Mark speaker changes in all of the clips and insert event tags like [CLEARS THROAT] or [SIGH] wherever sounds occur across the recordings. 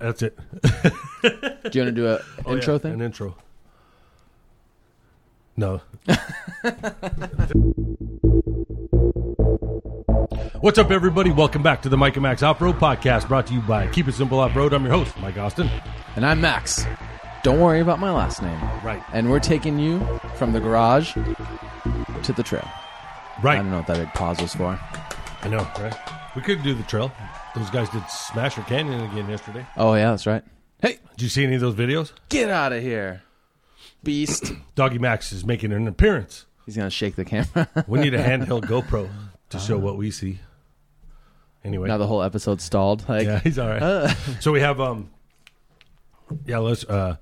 Speaker 1: That's it.
Speaker 2: Do you want to do a
Speaker 1: Oh,
Speaker 2: intro
Speaker 1: yeah,
Speaker 2: thing?
Speaker 1: An intro.
Speaker 2: [LAUGHS]
Speaker 1: No. What's up, everybody? Welcome back to the Mike and Max Off Road Podcast, brought to you by Keep It Simple Off Road. I'm your host, Mike Austin.
Speaker 2: and I'm Max. Don't worry about my last name.
Speaker 1: Right,
Speaker 2: And we're taking you from the garage to the trail. I
Speaker 1: right.
Speaker 2: don't know what that big pause was for.
Speaker 1: I know, right? We could do the trail. Those guys did Smasher Canyon again yesterday.
Speaker 2: Oh yeah, that's right. Hey,
Speaker 1: Did you see any of those videos?
Speaker 2: get out of here, beast!
Speaker 1: Doggy Max is making an appearance.
Speaker 2: He's gonna shake the camera. [LAUGHS]
Speaker 1: We need a handheld GoPro to show what we see. Anyway,
Speaker 2: now the whole episode stalled. Like, uh.
Speaker 1: Yeah, [LAUGHS] he's all right. so we have um, yeah. Let's. Uh,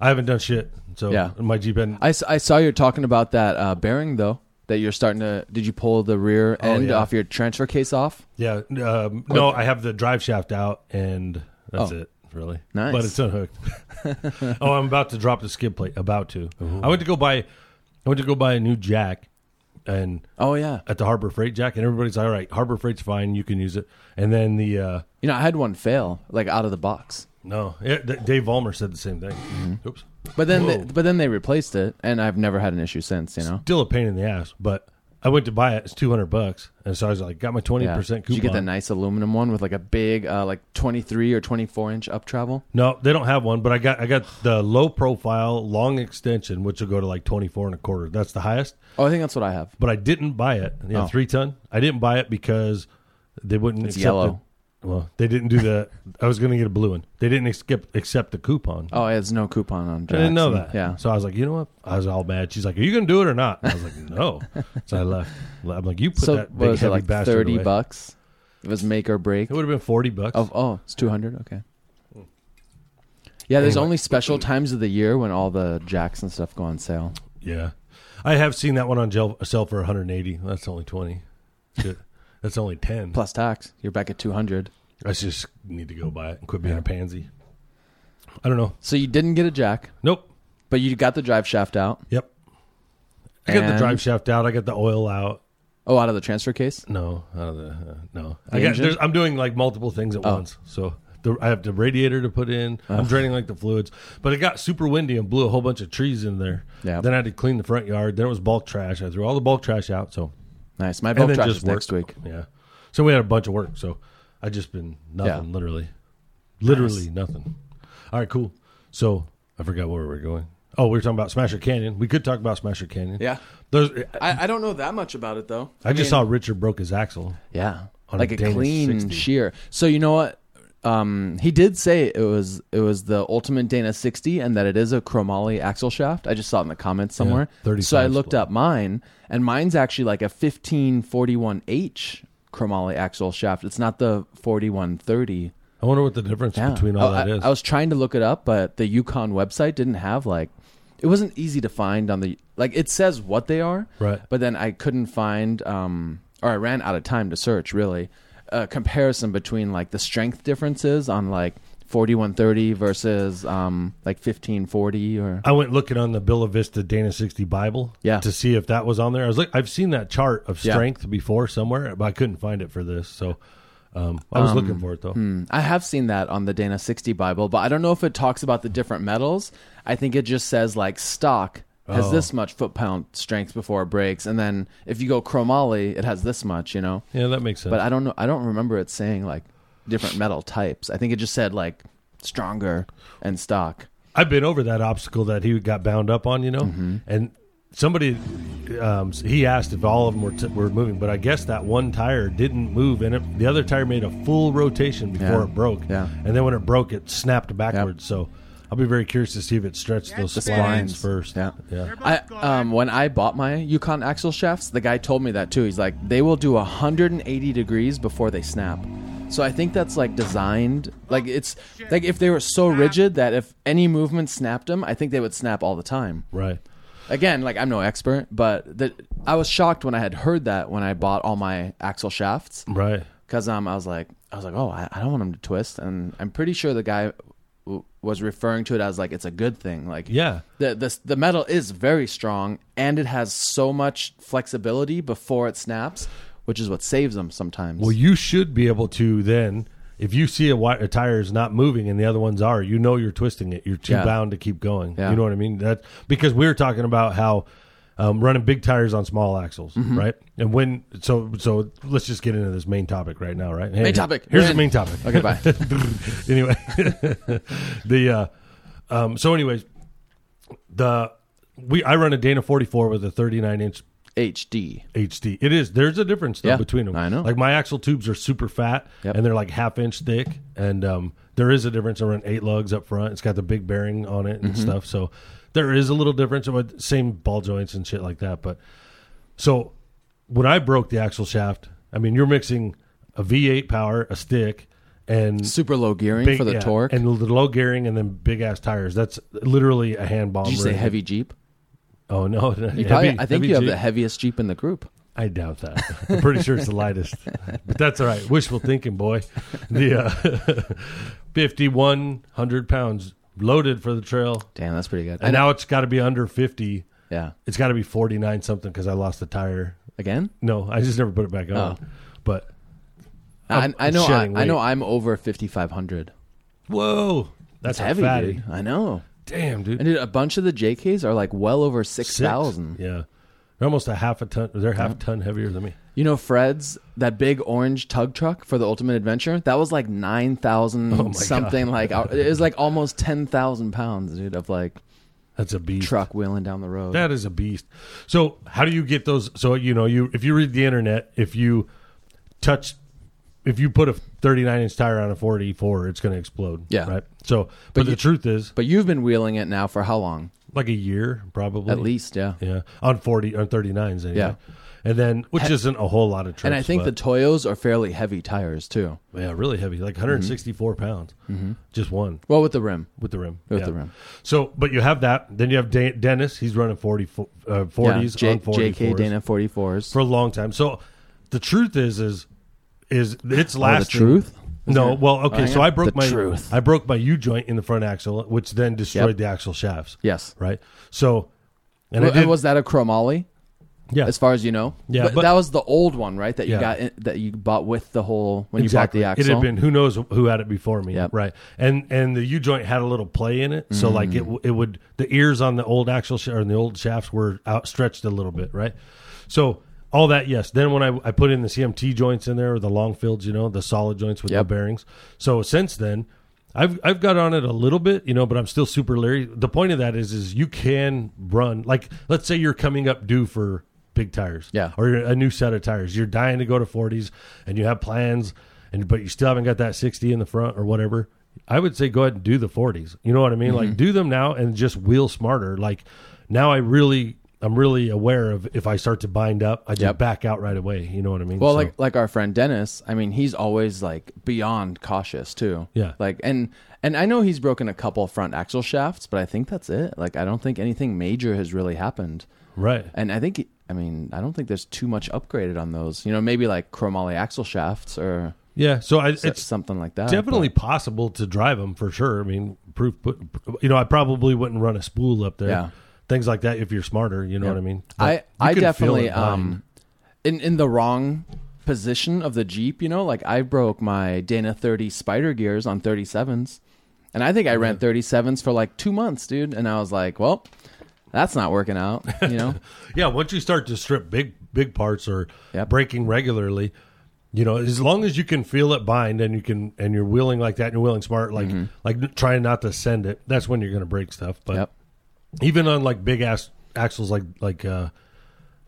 Speaker 1: I haven't done shit. So
Speaker 2: Yeah.
Speaker 1: my Jeep had
Speaker 2: I, s- I saw you're talking about that uh, bearing though. That you're starting to. Did you pull the rear end
Speaker 1: yeah.
Speaker 2: off your transfer case off?
Speaker 1: Yeah. Um, no, I have the drive shaft out, and that's
Speaker 2: Oh.
Speaker 1: it. Really
Speaker 2: Nice.
Speaker 1: but it's
Speaker 2: [LAUGHS]
Speaker 1: unhooked. oh, I'm about to drop the skid plate. About to. I went to go buy. I went to go buy a new jack, and
Speaker 2: Oh yeah.
Speaker 1: at the Harbor Freight jack, and everybody's all right. Harbor Freight's fine. You can use it. And then the uh,
Speaker 2: You know, I had one fail like out of the box.
Speaker 1: no, it, th- Dave Vollmer said the same thing.
Speaker 2: Mm-hmm.
Speaker 1: Oops.
Speaker 2: But then, they,
Speaker 1: Whoa.
Speaker 2: but then they replaced it, and I've never had an issue since. You know,
Speaker 1: still a pain in the ass, but I went to buy it. It's two hundred bucks, and so I was like, got my twenty
Speaker 2: yeah.
Speaker 1: percent
Speaker 2: Did
Speaker 1: coupon.
Speaker 2: you get the nice aluminum one with like a big, uh, like twenty three or twenty four inch up travel?
Speaker 1: no, they don't have one, but I got I got the low profile long extension, which will go to like twenty four and a quarter. That's the highest.
Speaker 2: Oh, I think that's what I have.
Speaker 1: But I didn't buy it. Yeah,
Speaker 2: Oh.
Speaker 1: three ton. I didn't buy it because they wouldn't
Speaker 2: It's
Speaker 1: accept
Speaker 2: yellow.
Speaker 1: It. Well, they didn't do the. I was going to get a blue one. They didn't accept accept the coupon.
Speaker 2: Oh, yeah, there's no coupon on.
Speaker 1: I didn't know
Speaker 2: Jackson.
Speaker 1: that.
Speaker 2: Yeah.
Speaker 1: So I was like, you know what? I was all mad. She's like, are you going to do it or not? And I was like,
Speaker 2: [LAUGHS]
Speaker 1: no. so I left. I'm like, you put
Speaker 2: So
Speaker 1: that
Speaker 2: what
Speaker 1: big
Speaker 2: was it
Speaker 1: heavy
Speaker 2: like
Speaker 1: bastard
Speaker 2: thirty
Speaker 1: away.
Speaker 2: bucks? It was make or break.
Speaker 1: It would have been forty bucks.
Speaker 2: Of oh, it's two hundred. Okay. Yeah, there's only special times of the year when all the jacks and stuff go on sale.
Speaker 1: Yeah, I have seen that one on gel, sale for 180. That's only 20. Shit. That's only 10.
Speaker 2: Plus tax, you're back at two hundred.
Speaker 1: I just need to go buy it and quit being a pansy. I don't know.
Speaker 2: So you didn't get a jack,
Speaker 1: Nope.
Speaker 2: but you got the drive shaft out.
Speaker 1: Yep. I got the
Speaker 2: And-
Speaker 1: drive shaft out. I got the oil out.
Speaker 2: Oh, out of the transfer case.
Speaker 1: No, out of the uh, no.
Speaker 2: The
Speaker 1: I got.
Speaker 2: engine? Oh.
Speaker 1: There's, I'm doing like multiple things at once. So the, I have the radiator to put in. I'm draining like the fluids. But it got super windy and blew a whole bunch of trees in there.
Speaker 2: Yeah.
Speaker 1: Then I had to clean the front yard. Then it was bulk trash. I threw all the bulk trash out. So
Speaker 2: Nice. My bulk
Speaker 1: then
Speaker 2: trash
Speaker 1: just
Speaker 2: is next
Speaker 1: work.
Speaker 2: week.
Speaker 1: Yeah. So we had a bunch of work. So I just been nothing,
Speaker 2: Yeah.
Speaker 1: literally, literally nothing. All right, cool. So I forgot where we were going. Oh, we were talking about Smasher Canyon. We could talk about Smasher Canyon.
Speaker 2: Yeah.
Speaker 1: There's, I,
Speaker 2: I, I don't know that much about it though.
Speaker 1: I just saw Richard broke his axle.
Speaker 2: Yeah,
Speaker 1: On
Speaker 2: like
Speaker 1: a
Speaker 2: a
Speaker 1: Danish
Speaker 2: clean
Speaker 1: 60.
Speaker 2: shear. So you know what? Um, he did say it was it was the ultimate Dana 60 and that it is a chromoly axle shaft. I just saw it in the comments somewhere.
Speaker 1: 35
Speaker 2: so I looked
Speaker 1: split.
Speaker 2: up mine, and mine's actually like a 1541H chromoly axle shaft. It's not the 4130.
Speaker 1: I wonder what the difference
Speaker 2: Yeah.
Speaker 1: between all
Speaker 2: I,
Speaker 1: that
Speaker 2: I-
Speaker 1: is.
Speaker 2: I was trying to look it up, but the Yukon website didn't have like it wasn't easy to find on the like it says what they are,
Speaker 1: Right.
Speaker 2: But then I couldn't find um or I ran out of time to search really a comparison between like the strength differences on like 4130 versus um like 1540 or
Speaker 1: I went looking on the Billa Vista Dana 60 Bible
Speaker 2: Yeah.
Speaker 1: to see if that was on there. I was like, I've seen that chart of
Speaker 2: Yeah.
Speaker 1: strength before somewhere, but I couldn't find it for this. So um, I was looking for it though.
Speaker 2: Hmm. I have seen that on the Dana 60 Bible, but I don't know if it talks about the different metals. I think it just says like stock has
Speaker 1: Oh.
Speaker 2: this much foot pound strength before it breaks, and then if you go chromoly, it has this much, you know.
Speaker 1: Yeah, that makes sense.
Speaker 2: But I don't know. I don't remember it saying like different metal types. I think it just said like stronger and stock.
Speaker 1: I've been over that obstacle that he got bound up on, you know,
Speaker 2: Mm-hmm.
Speaker 1: and somebody um, he asked if all of them were, t- were moving, but I guess that one tire didn't move, and it, the other tire made a full rotation before
Speaker 2: Yeah.
Speaker 1: it broke.
Speaker 2: Yeah.
Speaker 1: and then when it broke, it snapped backwards. So I'll be very curious to see if it stretched those
Speaker 2: The
Speaker 1: lines
Speaker 2: splines.
Speaker 1: first.
Speaker 2: Yeah.
Speaker 1: yeah.
Speaker 2: I um when I bought my Yukon axle shafts, the guy told me that too. He's like, they will do 180 degrees before they snap. So I think that's like designed like it's like if they were so rigid that if any movement snapped them, I think they would snap all the time.
Speaker 1: Right.
Speaker 2: Again, like I'm no expert, but that I was shocked when I had heard that when I bought all my axle shafts
Speaker 1: Right.
Speaker 2: because um I was like I was like oh I, I don't want him to twist and I'm pretty sure the guy w- was referring to it as like it's a good thing like
Speaker 1: Yeah.
Speaker 2: the the the metal is very strong and it has so much flexibility before it snaps, which is what saves them sometimes.
Speaker 1: Well, you should be able to then if you see a, wi- a tire is not moving and the other ones are, you know you're twisting it. You're too
Speaker 2: Yeah.
Speaker 1: bound to keep going.
Speaker 2: Yeah.
Speaker 1: You know what I mean? That because we were talking about how um, running big tires on small axles,
Speaker 2: Mm-hmm.
Speaker 1: right? And when so so let's just get into this main topic right now, right? Hey,
Speaker 2: Main topic.
Speaker 1: Here's
Speaker 2: We're
Speaker 1: the
Speaker 2: in.
Speaker 1: main topic.
Speaker 2: Okay, bye.
Speaker 1: [LAUGHS] anyway, [LAUGHS] the uh, um, so anyways, the we I run a Dana 44 with a 39 inch
Speaker 2: HD.
Speaker 1: HD. It is. There's a difference though
Speaker 2: Yeah,
Speaker 1: between them.
Speaker 2: I know.
Speaker 1: Like my axle tubes are super fat
Speaker 2: Yep.
Speaker 1: and they're like half inch thick, and um, there is a difference. I run eight lugs up front. It's got the big bearing on it and
Speaker 2: Mm-hmm.
Speaker 1: stuff, so there is a little difference. But same ball joints and shit like that. But so when I broke the axle shaft, I mean you're mixing a V8 power, a stick, and
Speaker 2: Super low gearing for the
Speaker 1: yeah,
Speaker 2: torque.
Speaker 1: and the low gearing, and then big ass tires. That's literally a hand bomb.
Speaker 2: Did you say
Speaker 1: rig.
Speaker 2: heavy Jeep?
Speaker 1: Oh no, you
Speaker 2: You probably, I think you have the heaviest Jeep in the group.
Speaker 1: I doubt that. I'm pretty sure it's the lightest, but that's all right. Wishful thinking, boy. The uh, [LAUGHS] 5,100 pounds loaded for the trail,
Speaker 2: Damn, that's pretty good.
Speaker 1: and now it's got to be under 50.
Speaker 2: yeah.
Speaker 1: It's got to be 49 something because I lost the tire.
Speaker 2: Again?
Speaker 1: No, I just never put it back
Speaker 2: Oh.
Speaker 1: on. But
Speaker 2: I,
Speaker 1: I'm-
Speaker 2: I know. I,
Speaker 1: shedding
Speaker 2: I know.
Speaker 1: weight.
Speaker 2: I'm over 5,500.
Speaker 1: whoa, that's
Speaker 2: It's heavy,
Speaker 1: a fatty.
Speaker 2: dude. I know.
Speaker 1: Damn, dude.
Speaker 2: And dude, a bunch of the JKs are like well over six
Speaker 1: Six.
Speaker 2: thousand.
Speaker 1: Yeah, they're almost a half a ton. They're half a ton heavier than me.
Speaker 2: You know, Fred's that big orange tug truck for the Ultimate Adventure. That was like nine thousand
Speaker 1: Oh my God.
Speaker 2: something. Like out- it was like almost ten thousand pounds, dude, of like
Speaker 1: That's a beast.
Speaker 2: truck wheeling down the road.
Speaker 1: That is a beast. So how do you get those? So you know, you if you read the internet, if you touch, if you put a 39 inch tire on a 44, it's going to explode.
Speaker 2: Yeah.
Speaker 1: Right. So, but, the
Speaker 2: you-
Speaker 1: truth is,
Speaker 2: but you've been wheeling it now for how long?
Speaker 1: like a year probably,
Speaker 2: At least, yeah.
Speaker 1: Yeah, on 40 on 39s. Anyway.
Speaker 2: Yeah.
Speaker 1: And then, which isn't a whole lot of trips.
Speaker 2: And I think
Speaker 1: but,
Speaker 2: the Toyos are fairly heavy tires too.
Speaker 1: yeah, really heavy, like
Speaker 2: Mm-hmm.
Speaker 1: 164 pounds, just one
Speaker 2: Well, with the rim,
Speaker 1: with the rim.
Speaker 2: Mm-hmm. with
Speaker 1: yeah.
Speaker 2: the rim.
Speaker 1: So, but you have that. Then you have Dan- Dennis. He's running 40 uh, 40s
Speaker 2: yeah,
Speaker 1: on 44s.
Speaker 2: JK Dana forty fours.
Speaker 1: for a long time. So the truth is, is, is it's lasting.
Speaker 2: Oh, truth?
Speaker 1: No,
Speaker 2: Isn't it?
Speaker 1: well, okay.
Speaker 2: Oh,
Speaker 1: so
Speaker 2: yeah.
Speaker 1: I broke
Speaker 2: The
Speaker 1: my
Speaker 2: truth.
Speaker 1: I broke my U joint in the front axle, which then destroyed
Speaker 2: Yep.
Speaker 1: the axle shafts.
Speaker 2: Yes.
Speaker 1: Right. So, and
Speaker 2: And,
Speaker 1: I did.
Speaker 2: was that a chromoly?
Speaker 1: yeah.
Speaker 2: as far as you know.
Speaker 1: Yeah,
Speaker 2: but,
Speaker 1: but-
Speaker 2: that was the old one, right? That you
Speaker 1: Yeah.
Speaker 2: got in, that you bought with the whole when
Speaker 1: Exactly.
Speaker 2: you bought the axle.
Speaker 1: It had been who knows who had it before me,
Speaker 2: Yep.
Speaker 1: right? And and the U joint had a little play in it, so like it
Speaker 2: Mm.
Speaker 1: w- it would the ears on the old axle sh- or on the old shafts were outstretched a little bit, right? So all that, yes. Then when I I put in the CMT joints in there or the long fields, you know, the solid joints with
Speaker 2: Yep.
Speaker 1: the bearings. So since then. I've, I've got on it a little bit, you know, but I'm still super leery. The point of that is, is you can run like, let's say you're coming up due for big tires,
Speaker 2: Yeah.
Speaker 1: or you're a new set of tires. You're dying to go to 40s and you have plans and but you still haven't got that 60 in the front or whatever. I would say go ahead and do the 40s. You know what I mean?
Speaker 2: Mm-hmm.
Speaker 1: Like do them now and just wheel smarter. Like now I really I'm really aware of if I start to bind up, I just
Speaker 2: Yep.
Speaker 1: back out right away. You know what I mean?
Speaker 2: well,
Speaker 1: So-
Speaker 2: like like our friend Dennis, I mean, he's always like beyond cautious too.
Speaker 1: Yeah.
Speaker 2: Like and and I know he's broken a couple front axle shafts, but I think that's it. Like I don't think anything major has really happened.
Speaker 1: right.
Speaker 2: And I think I mean, I don't think there's too much upgraded on those. You know, maybe like chromoly axle shafts or
Speaker 1: Yeah, so I, it's
Speaker 2: something like that.
Speaker 1: definitely possible to drive them for sure. I mean, proof put, you know, I probably wouldn't run a spool up there.
Speaker 2: Yeah.
Speaker 1: Things like that if you're smarter, you know what I mean? But you
Speaker 2: I I
Speaker 1: can feel
Speaker 2: definitely
Speaker 1: it bind.
Speaker 2: um in in the wrong position of the Jeep, you know, like I broke my Dana 30 spider gears on 37s. And I think I ran 37s for like 2 months, dude, and I was like, well, that's not working out,
Speaker 1: [LAUGHS]
Speaker 2: you know.
Speaker 1: Yeah, once you start to strip big big parts or
Speaker 2: Yep.
Speaker 1: breaking regularly, you know, as long as you can feel it bind and you can and you're willing like that and you're willing smart like
Speaker 2: Mm-hmm.
Speaker 1: like trying not to send it, that's when you're going to break stuff. But
Speaker 2: Yep.
Speaker 1: even on like big ass axles like like uh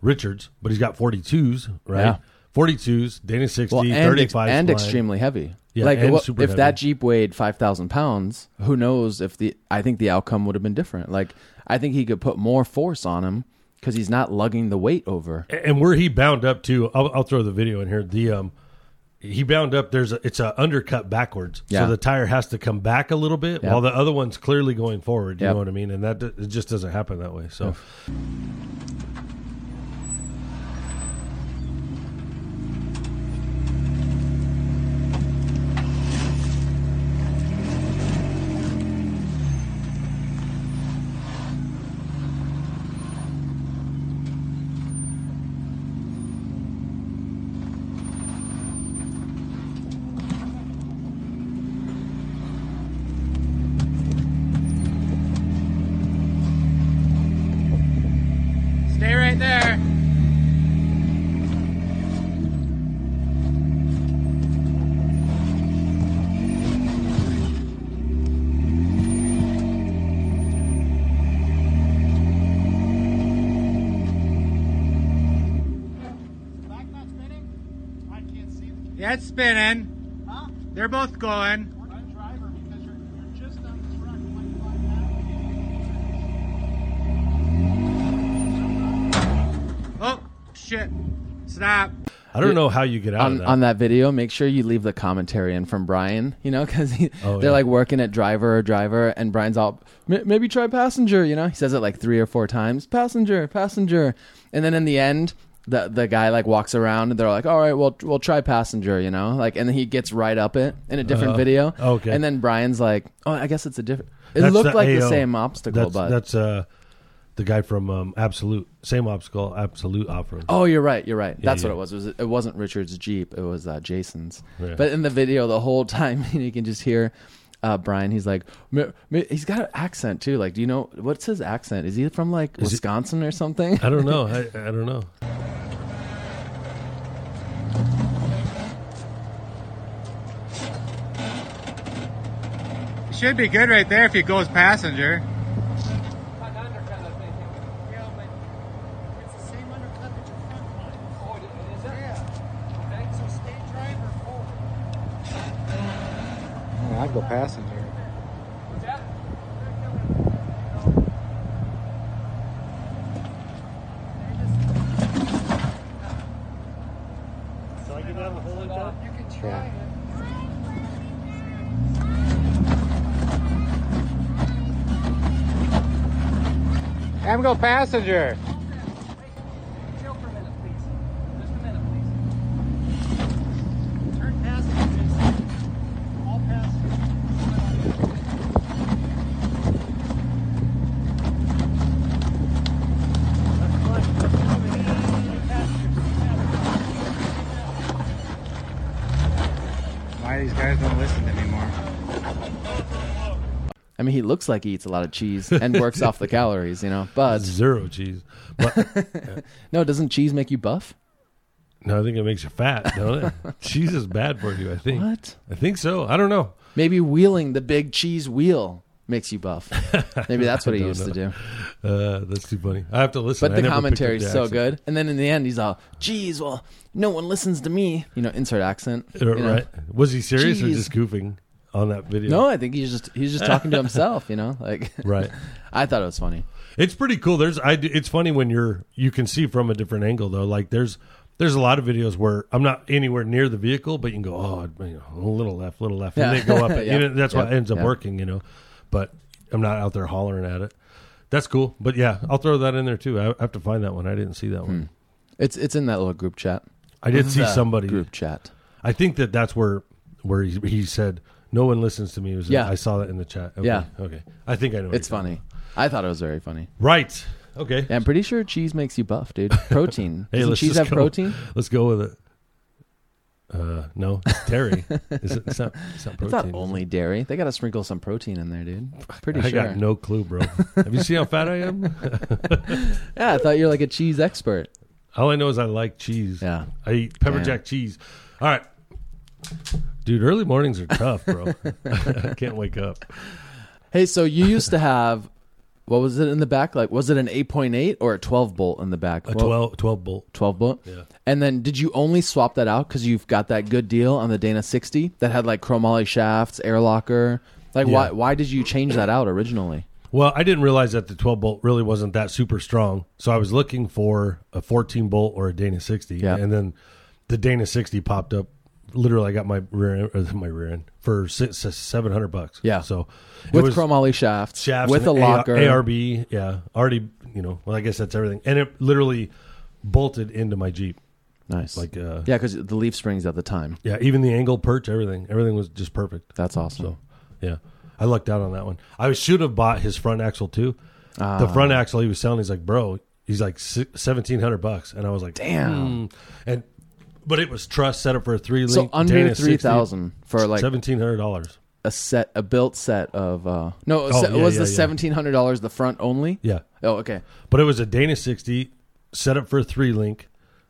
Speaker 1: Richards, but he's got 42s, right?
Speaker 2: Yeah.
Speaker 1: 42s, Dana 60,
Speaker 2: Well, and, ex-
Speaker 1: 35s
Speaker 2: and
Speaker 1: flying.
Speaker 2: extremely heavy.
Speaker 1: Yeah,
Speaker 2: like
Speaker 1: and
Speaker 2: what-
Speaker 1: super
Speaker 2: if that
Speaker 1: heavy.
Speaker 2: Jeep weighed 5,000 pounds, who knows if the I think the outcome would have been different. Like I think he could put more force on him cuz he's not lugging the weight over.
Speaker 1: and where he bound up too I'll, I'll throw the video in here the um he bound up there's a, it's a undercut backwards
Speaker 2: Yeah.
Speaker 1: so the tire has to come back a little bit while the other one's clearly going forward you
Speaker 2: Yep.
Speaker 1: know what i mean and that d- it just doesn't happen that way so
Speaker 3: That's spinning. They're both going. Oh, shit. Stop.
Speaker 1: I don't know how you get out
Speaker 2: on,
Speaker 1: of that.
Speaker 2: on that video, make sure you leave the commentary in from Brian, you know, because
Speaker 1: Oh,
Speaker 2: they're
Speaker 1: yeah.
Speaker 2: like working at driver or driver, and Brian's all, "M- maybe try passenger, you know? He says it like three or four times passenger, passenger. And then in the end, the, the guy like walks around and they're like, all right, well, we'll try passenger, you know? Like, and then he gets right up it in a different
Speaker 1: Uh,
Speaker 2: video.
Speaker 1: okay.
Speaker 2: And then Brian's like, oh, I guess it's a different. It
Speaker 1: That's
Speaker 2: looked like the
Speaker 1: AO.
Speaker 2: same obstacle,
Speaker 1: that's,
Speaker 2: but.
Speaker 1: that's uh, the guy from um, Absolute. Same obstacle, Absolute Opera.
Speaker 2: Oh, you're right. You're right. That's
Speaker 1: yeah.
Speaker 2: what it was. it was. It wasn't Richard's Jeep. It was uh, Jason's.
Speaker 1: Yeah.
Speaker 2: But in the video, the whole time [LAUGHS] you can just hear uh, Brian. He's like, "M- m- he's got an accent too. Like, do you know what's his accent? Is he from like
Speaker 1: it-
Speaker 2: Wisconsin or something?
Speaker 1: I don't know. I, I don't know.
Speaker 3: Should be good right there if he goes passenger. I'd go passenger. Yeah. I'm go passenger. Why these guys don't listen anymore?
Speaker 2: [LAUGHS] I mean, he looks like he eats a lot
Speaker 1: [LAUGHS]
Speaker 2: of cheese and works off the calories, you know. But
Speaker 1: Zero cheese. But,
Speaker 2: [LAUGHS] no, doesn't cheese make you buff?
Speaker 1: no, I think it makes you fat, don't
Speaker 2: [LAUGHS]
Speaker 1: it? cheese is bad for you, I think.
Speaker 2: What?
Speaker 1: I think so. I don't know.
Speaker 2: Maybe wheeling the big cheese wheel makes
Speaker 1: [LAUGHS]
Speaker 2: you buff. Maybe that's what he
Speaker 1: don't
Speaker 2: used to
Speaker 1: know.
Speaker 2: do.
Speaker 1: Uh, that's too funny. I have to listen.
Speaker 2: But
Speaker 1: I
Speaker 2: the
Speaker 1: never
Speaker 2: commentary's
Speaker 1: picked up
Speaker 2: so
Speaker 1: the accent.
Speaker 2: good. And then in the end, he's all, geez, well, no one listens to me. You know, insert accent. you know.
Speaker 1: Uh, Right? Was he serious or
Speaker 2: Jeez.
Speaker 1: just goofing on that video?
Speaker 2: No, I think he's just he's just
Speaker 1: [LAUGHS]
Speaker 2: talking to himself, you know. Like
Speaker 1: Right.
Speaker 2: [LAUGHS] I thought it was funny.
Speaker 1: It's pretty cool. There's I d- it's funny when you're you can see from a different angle though. Like there's there's a lot of videos where I'm not anywhere near the vehicle, but you can go oh you know, a little left, little left, and
Speaker 2: Yeah.
Speaker 1: they go
Speaker 2: [LAUGHS]
Speaker 1: up. and,
Speaker 2: Yeah.
Speaker 1: you know, that's what
Speaker 2: Yeah.
Speaker 1: ends up
Speaker 2: Yeah.
Speaker 1: working, you know. But I'm not out there hollering at it. That's cool. But yeah, I'll throw that in there too. I I have to find that one. I didn't see that
Speaker 2: Hmm.
Speaker 1: one.
Speaker 2: It's it's in that little group chat.
Speaker 1: I did see
Speaker 2: The
Speaker 1: somebody.
Speaker 2: group chat.
Speaker 1: I think that that's where where he, he said no one listens to me. It was-
Speaker 2: Yeah.
Speaker 1: I saw that in the chat. Okay.
Speaker 2: Yeah.
Speaker 1: Okay. I think I know. what
Speaker 2: It's
Speaker 1: you're talking
Speaker 2: funny. I thought it was very funny.
Speaker 1: about. Right. Okay.
Speaker 2: Yeah, I'm pretty sure cheese makes you buff,
Speaker 1: [LAUGHS]
Speaker 2: dude. Protein.
Speaker 1: Hey,
Speaker 2: Doesn't
Speaker 1: let's
Speaker 2: cheese
Speaker 1: just
Speaker 2: have
Speaker 1: go.
Speaker 2: protein?
Speaker 1: [LAUGHS] Let's go with it. Uh, no, it's Terry.
Speaker 2: [LAUGHS]
Speaker 1: Is it, it's not. It's not protein.
Speaker 2: It's not
Speaker 1: is it?
Speaker 2: only dairy. They got to sprinkle some protein in there, dude. Pretty
Speaker 1: [LAUGHS] I
Speaker 2: sure.
Speaker 1: got no clue, bro. Have you seen how fat I am?
Speaker 2: [LAUGHS] Yeah, I thought you were like a cheese expert.
Speaker 1: All I know is I like cheese.
Speaker 2: Yeah.
Speaker 1: I eat pepper
Speaker 2: Damn.
Speaker 1: jack cheese. All right, dude. Early mornings are tough, bro. [LAUGHS] I can't wake up.
Speaker 2: Hey, so you used to have what was it in the back? Like was it an 8.8 or a 12 bolt in the back?
Speaker 1: A
Speaker 2: Well,
Speaker 1: 12, 12 bolt.
Speaker 2: 12 bolt.
Speaker 1: Yeah.
Speaker 2: And then did you only swap that out because you've got that good deal on the Dana 60 that had like chromoly shafts, air locker? Like, why,
Speaker 1: Yeah.
Speaker 2: why did you change that out originally?
Speaker 1: Well, I didn't realize that the 12 bolt really wasn't that super strong. So I was looking for a 14 bolt or a Dana 60.
Speaker 2: Yeah.
Speaker 1: And then the Dana 60 popped up. Literally, I got my rear end, or my rear end for six, 700 bucks.
Speaker 2: Yeah.
Speaker 1: So it
Speaker 2: With
Speaker 1: was
Speaker 2: chromoly shafts,
Speaker 1: shafts
Speaker 2: with a
Speaker 1: and
Speaker 2: locker.
Speaker 1: AR, ARB. Yeah. Already, you know, well, I guess that's everything. And it literally bolted into my Jeep.
Speaker 2: nice.
Speaker 1: Like, uh, yeah.
Speaker 2: yeah, because the leaf springs at the time.
Speaker 1: Even the angle perch, everything. Everything was just perfect.
Speaker 2: That's awesome.
Speaker 1: Yeah. I lucked out on that one. I should have bought his front axle too.
Speaker 2: Ah.
Speaker 1: the front axle he was selling, he's like, bro, he's like seventeen hundred bucks, and I was like, hmm.
Speaker 2: Damn.
Speaker 1: And but it was truss set up for a three link.
Speaker 2: So under three thousand for like
Speaker 1: seventeen hundred dollars.
Speaker 2: a set, a built set of uh no, a
Speaker 1: Oh,
Speaker 2: set-
Speaker 1: yeah,
Speaker 2: was
Speaker 1: yeah,
Speaker 2: the
Speaker 1: yeah.
Speaker 2: seventeen hundred dollars the front only?
Speaker 1: Yeah,
Speaker 2: Oh, okay.
Speaker 1: but it was a Dana sixty set up for a three link.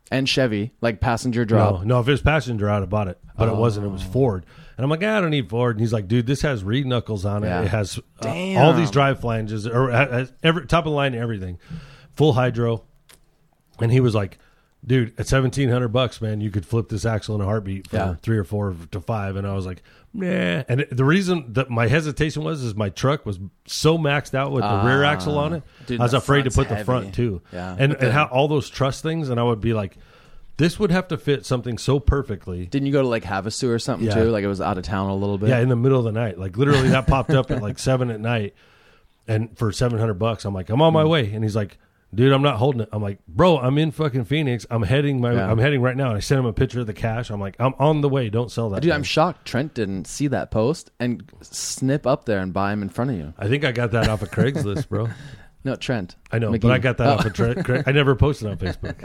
Speaker 2: And Chevy, like passenger drop. Oh.
Speaker 1: No, no, if it was passenger, I'd have bought it, but it wasn't. It was Ford, and I'm like, "Ah, I don't need Ford. And he's like, dude, this has reed knuckles on it.
Speaker 2: Yeah.
Speaker 1: It has uh,
Speaker 2: Damn.
Speaker 1: all these drive flanges, uh, or has every top of the line, everything, full hydro. And he was like, dude, at seventeen hundred bucks, man, you could flip this axle in a heartbeat from
Speaker 2: Yeah.
Speaker 1: three or four to five. And I was like, nah. And it- the reason that my hesitation was is my truck was so maxed out with the rear
Speaker 2: Ah.
Speaker 1: axle on it.
Speaker 2: Dude,
Speaker 1: I was
Speaker 2: the
Speaker 1: afraid to
Speaker 2: front's
Speaker 1: put the
Speaker 2: heavy.
Speaker 1: front too.
Speaker 2: Yeah.
Speaker 1: And and how all those truss things, and I would be like, this would have to fit something so perfectly.
Speaker 2: Didn't you go to like Havasu or something
Speaker 1: Yeah.
Speaker 2: too? Like it was out of town a little bit.
Speaker 1: Yeah, in the middle of the night. Like literally that popped up at like [LAUGHS] seven at night and for seven hundred bucks. I'm like, I'm on my
Speaker 2: Hmm.
Speaker 1: way. And he's like, dude, I'm not holding it. I'm like, bro, I'm in fucking Phoenix. I'm heading my
Speaker 2: Yeah.
Speaker 1: I'm heading right now. And I sent him a picture of the cash. I'm like, I'm on the way. Don't sell that.
Speaker 2: Dude,
Speaker 1: thing.
Speaker 2: I'm shocked Trent didn't see that post and snip up there and buy him in front of you.
Speaker 1: I think I got that off of Craigslist, bro.
Speaker 2: No, Trent.
Speaker 1: I
Speaker 2: [LAUGHS]
Speaker 1: know,
Speaker 2: McGee.
Speaker 1: but I got that
Speaker 2: Oh,
Speaker 1: off of tra- Craig. I never posted on Facebook.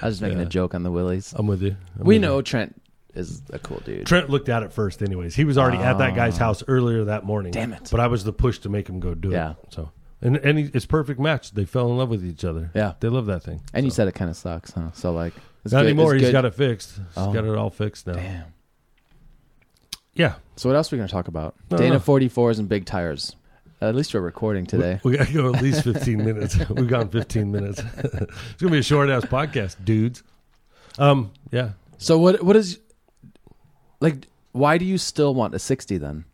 Speaker 2: I was just making a joke on the Willies.
Speaker 1: I'm with you. I'm with
Speaker 2: We
Speaker 1: you.
Speaker 2: know Trent is a cool dude.
Speaker 1: Trent looked at it first, anyways. He was already at that guy's house earlier that morning.
Speaker 2: Ah. Damn it.
Speaker 1: But I was the push to make him go do
Speaker 2: Yeah.
Speaker 1: it. So, and and he, it's perfect match. They fell in love with each other.
Speaker 2: Yeah.
Speaker 1: they love that thing.
Speaker 2: And you
Speaker 1: So-
Speaker 2: said it kind of sucks, huh? So like, it's
Speaker 1: not
Speaker 2: good-
Speaker 1: anymore.
Speaker 2: it's
Speaker 1: He's
Speaker 2: good-
Speaker 1: got it fixed. He's
Speaker 2: Oh.
Speaker 1: got it all fixed now.
Speaker 2: Damn.
Speaker 1: Yeah,
Speaker 2: So what else are we gonna talk about?
Speaker 1: I don't
Speaker 2: Dana
Speaker 1: know.
Speaker 2: forty fours and big tires. At least we're recording today.
Speaker 1: we got to go at least fifteen [LAUGHS] minutes. We've gone fifteen minutes. [LAUGHS] it's gonna be a short ass podcast, dudes. Um, yeah.
Speaker 2: So what? What is like? Why do you still want a sixty then?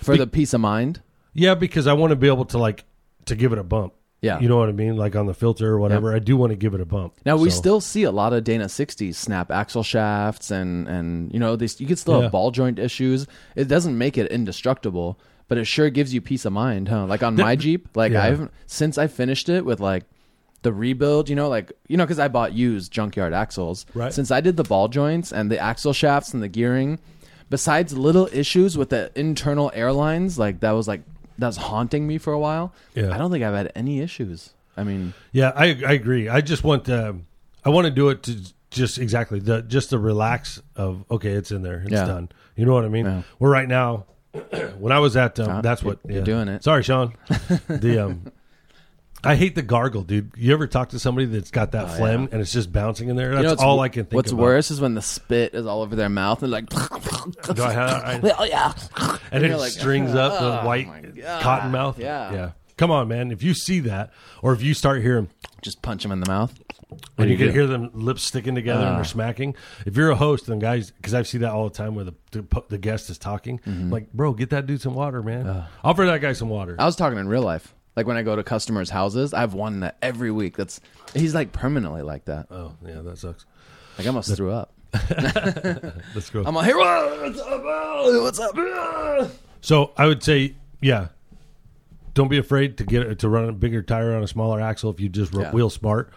Speaker 2: For
Speaker 1: Be-
Speaker 2: the peace of mind.
Speaker 1: Yeah, because I want to be able to like to give it a bump.
Speaker 2: Yeah.
Speaker 1: You know what I mean? Like on the filter or whatever. I do want to give it a bump.
Speaker 2: Now we
Speaker 1: So-
Speaker 2: still see a lot of Dana 60s snap axle shafts and and you know these you can still
Speaker 1: Yeah.
Speaker 2: have ball joint issues. It doesn't make it indestructible, but it sure gives you peace of mind, huh? Like on my Jeep, like
Speaker 1: Yeah.
Speaker 2: I haven't since I finished it with like the rebuild, you know, like you know cuz I bought used junkyard axles.
Speaker 1: Right.
Speaker 2: Since I did the ball joints and the axle shafts and the gearing, besides little issues with the internal airlines, like that was like that was haunting me for a while.
Speaker 1: Yeah.
Speaker 2: I don't think I've had any issues. I mean,
Speaker 1: Yeah, I I agree. I just want to I want to do it to just exactly the just the relax of okay, it's in there, it's
Speaker 2: Yeah.
Speaker 1: done. You know what I mean?
Speaker 2: Yeah.
Speaker 1: We're right now. [CLEARS THROAT] when I was at, um,
Speaker 2: Ah,
Speaker 1: that's
Speaker 2: you're-
Speaker 1: what
Speaker 2: you're doing it.
Speaker 1: Sorry,
Speaker 2: [LAUGHS]
Speaker 1: Sean. the um, I hate the gargle, dude. You ever talk to somebody that's got that phlegm and it's just bouncing in there? That's
Speaker 2: Oh, You know what's-
Speaker 1: all I can think.
Speaker 2: What's
Speaker 1: about.
Speaker 2: worse is when the spit is all over their mouth and
Speaker 1: [LAUGHS]
Speaker 2: like,
Speaker 1: [LAUGHS] Do I have- I-
Speaker 2: oh [LAUGHS] yeah,
Speaker 1: and it
Speaker 2: you're like, Oh
Speaker 1: strings up
Speaker 2: [LAUGHS]
Speaker 1: the
Speaker 2: my
Speaker 1: white
Speaker 2: God.
Speaker 1: cotton mouth.
Speaker 2: Yeah.
Speaker 1: yeah. Come on, man. If you see that, or if you start hearing.
Speaker 2: just punch them in the mouth.
Speaker 1: and
Speaker 2: do
Speaker 1: you
Speaker 2: you
Speaker 1: can
Speaker 2: do? Ah.
Speaker 1: hear them lips sticking together and they're smacking. If you're a host, then guys, because I see that all the time where the the, po- the guest is talking,
Speaker 2: Mm-hmm.
Speaker 1: I'm like, bro, get that dude some water, man.
Speaker 2: Ah.
Speaker 1: Offer that guy some water.
Speaker 2: I was talking in real life, like when I go to customers' houses, I have one that every week. That's he's like permanently like that.
Speaker 1: oh, yeah, that sucks.
Speaker 2: Like I almost threw up.
Speaker 1: Let's go. [LAUGHS]
Speaker 2: I'm like, hey, what's up? Oh, What's up? Ah.
Speaker 1: so I would say, yeah, don't be afraid to get to run a bigger tire on a smaller axle if you just ro-
Speaker 2: Yeah.
Speaker 1: wheel smart.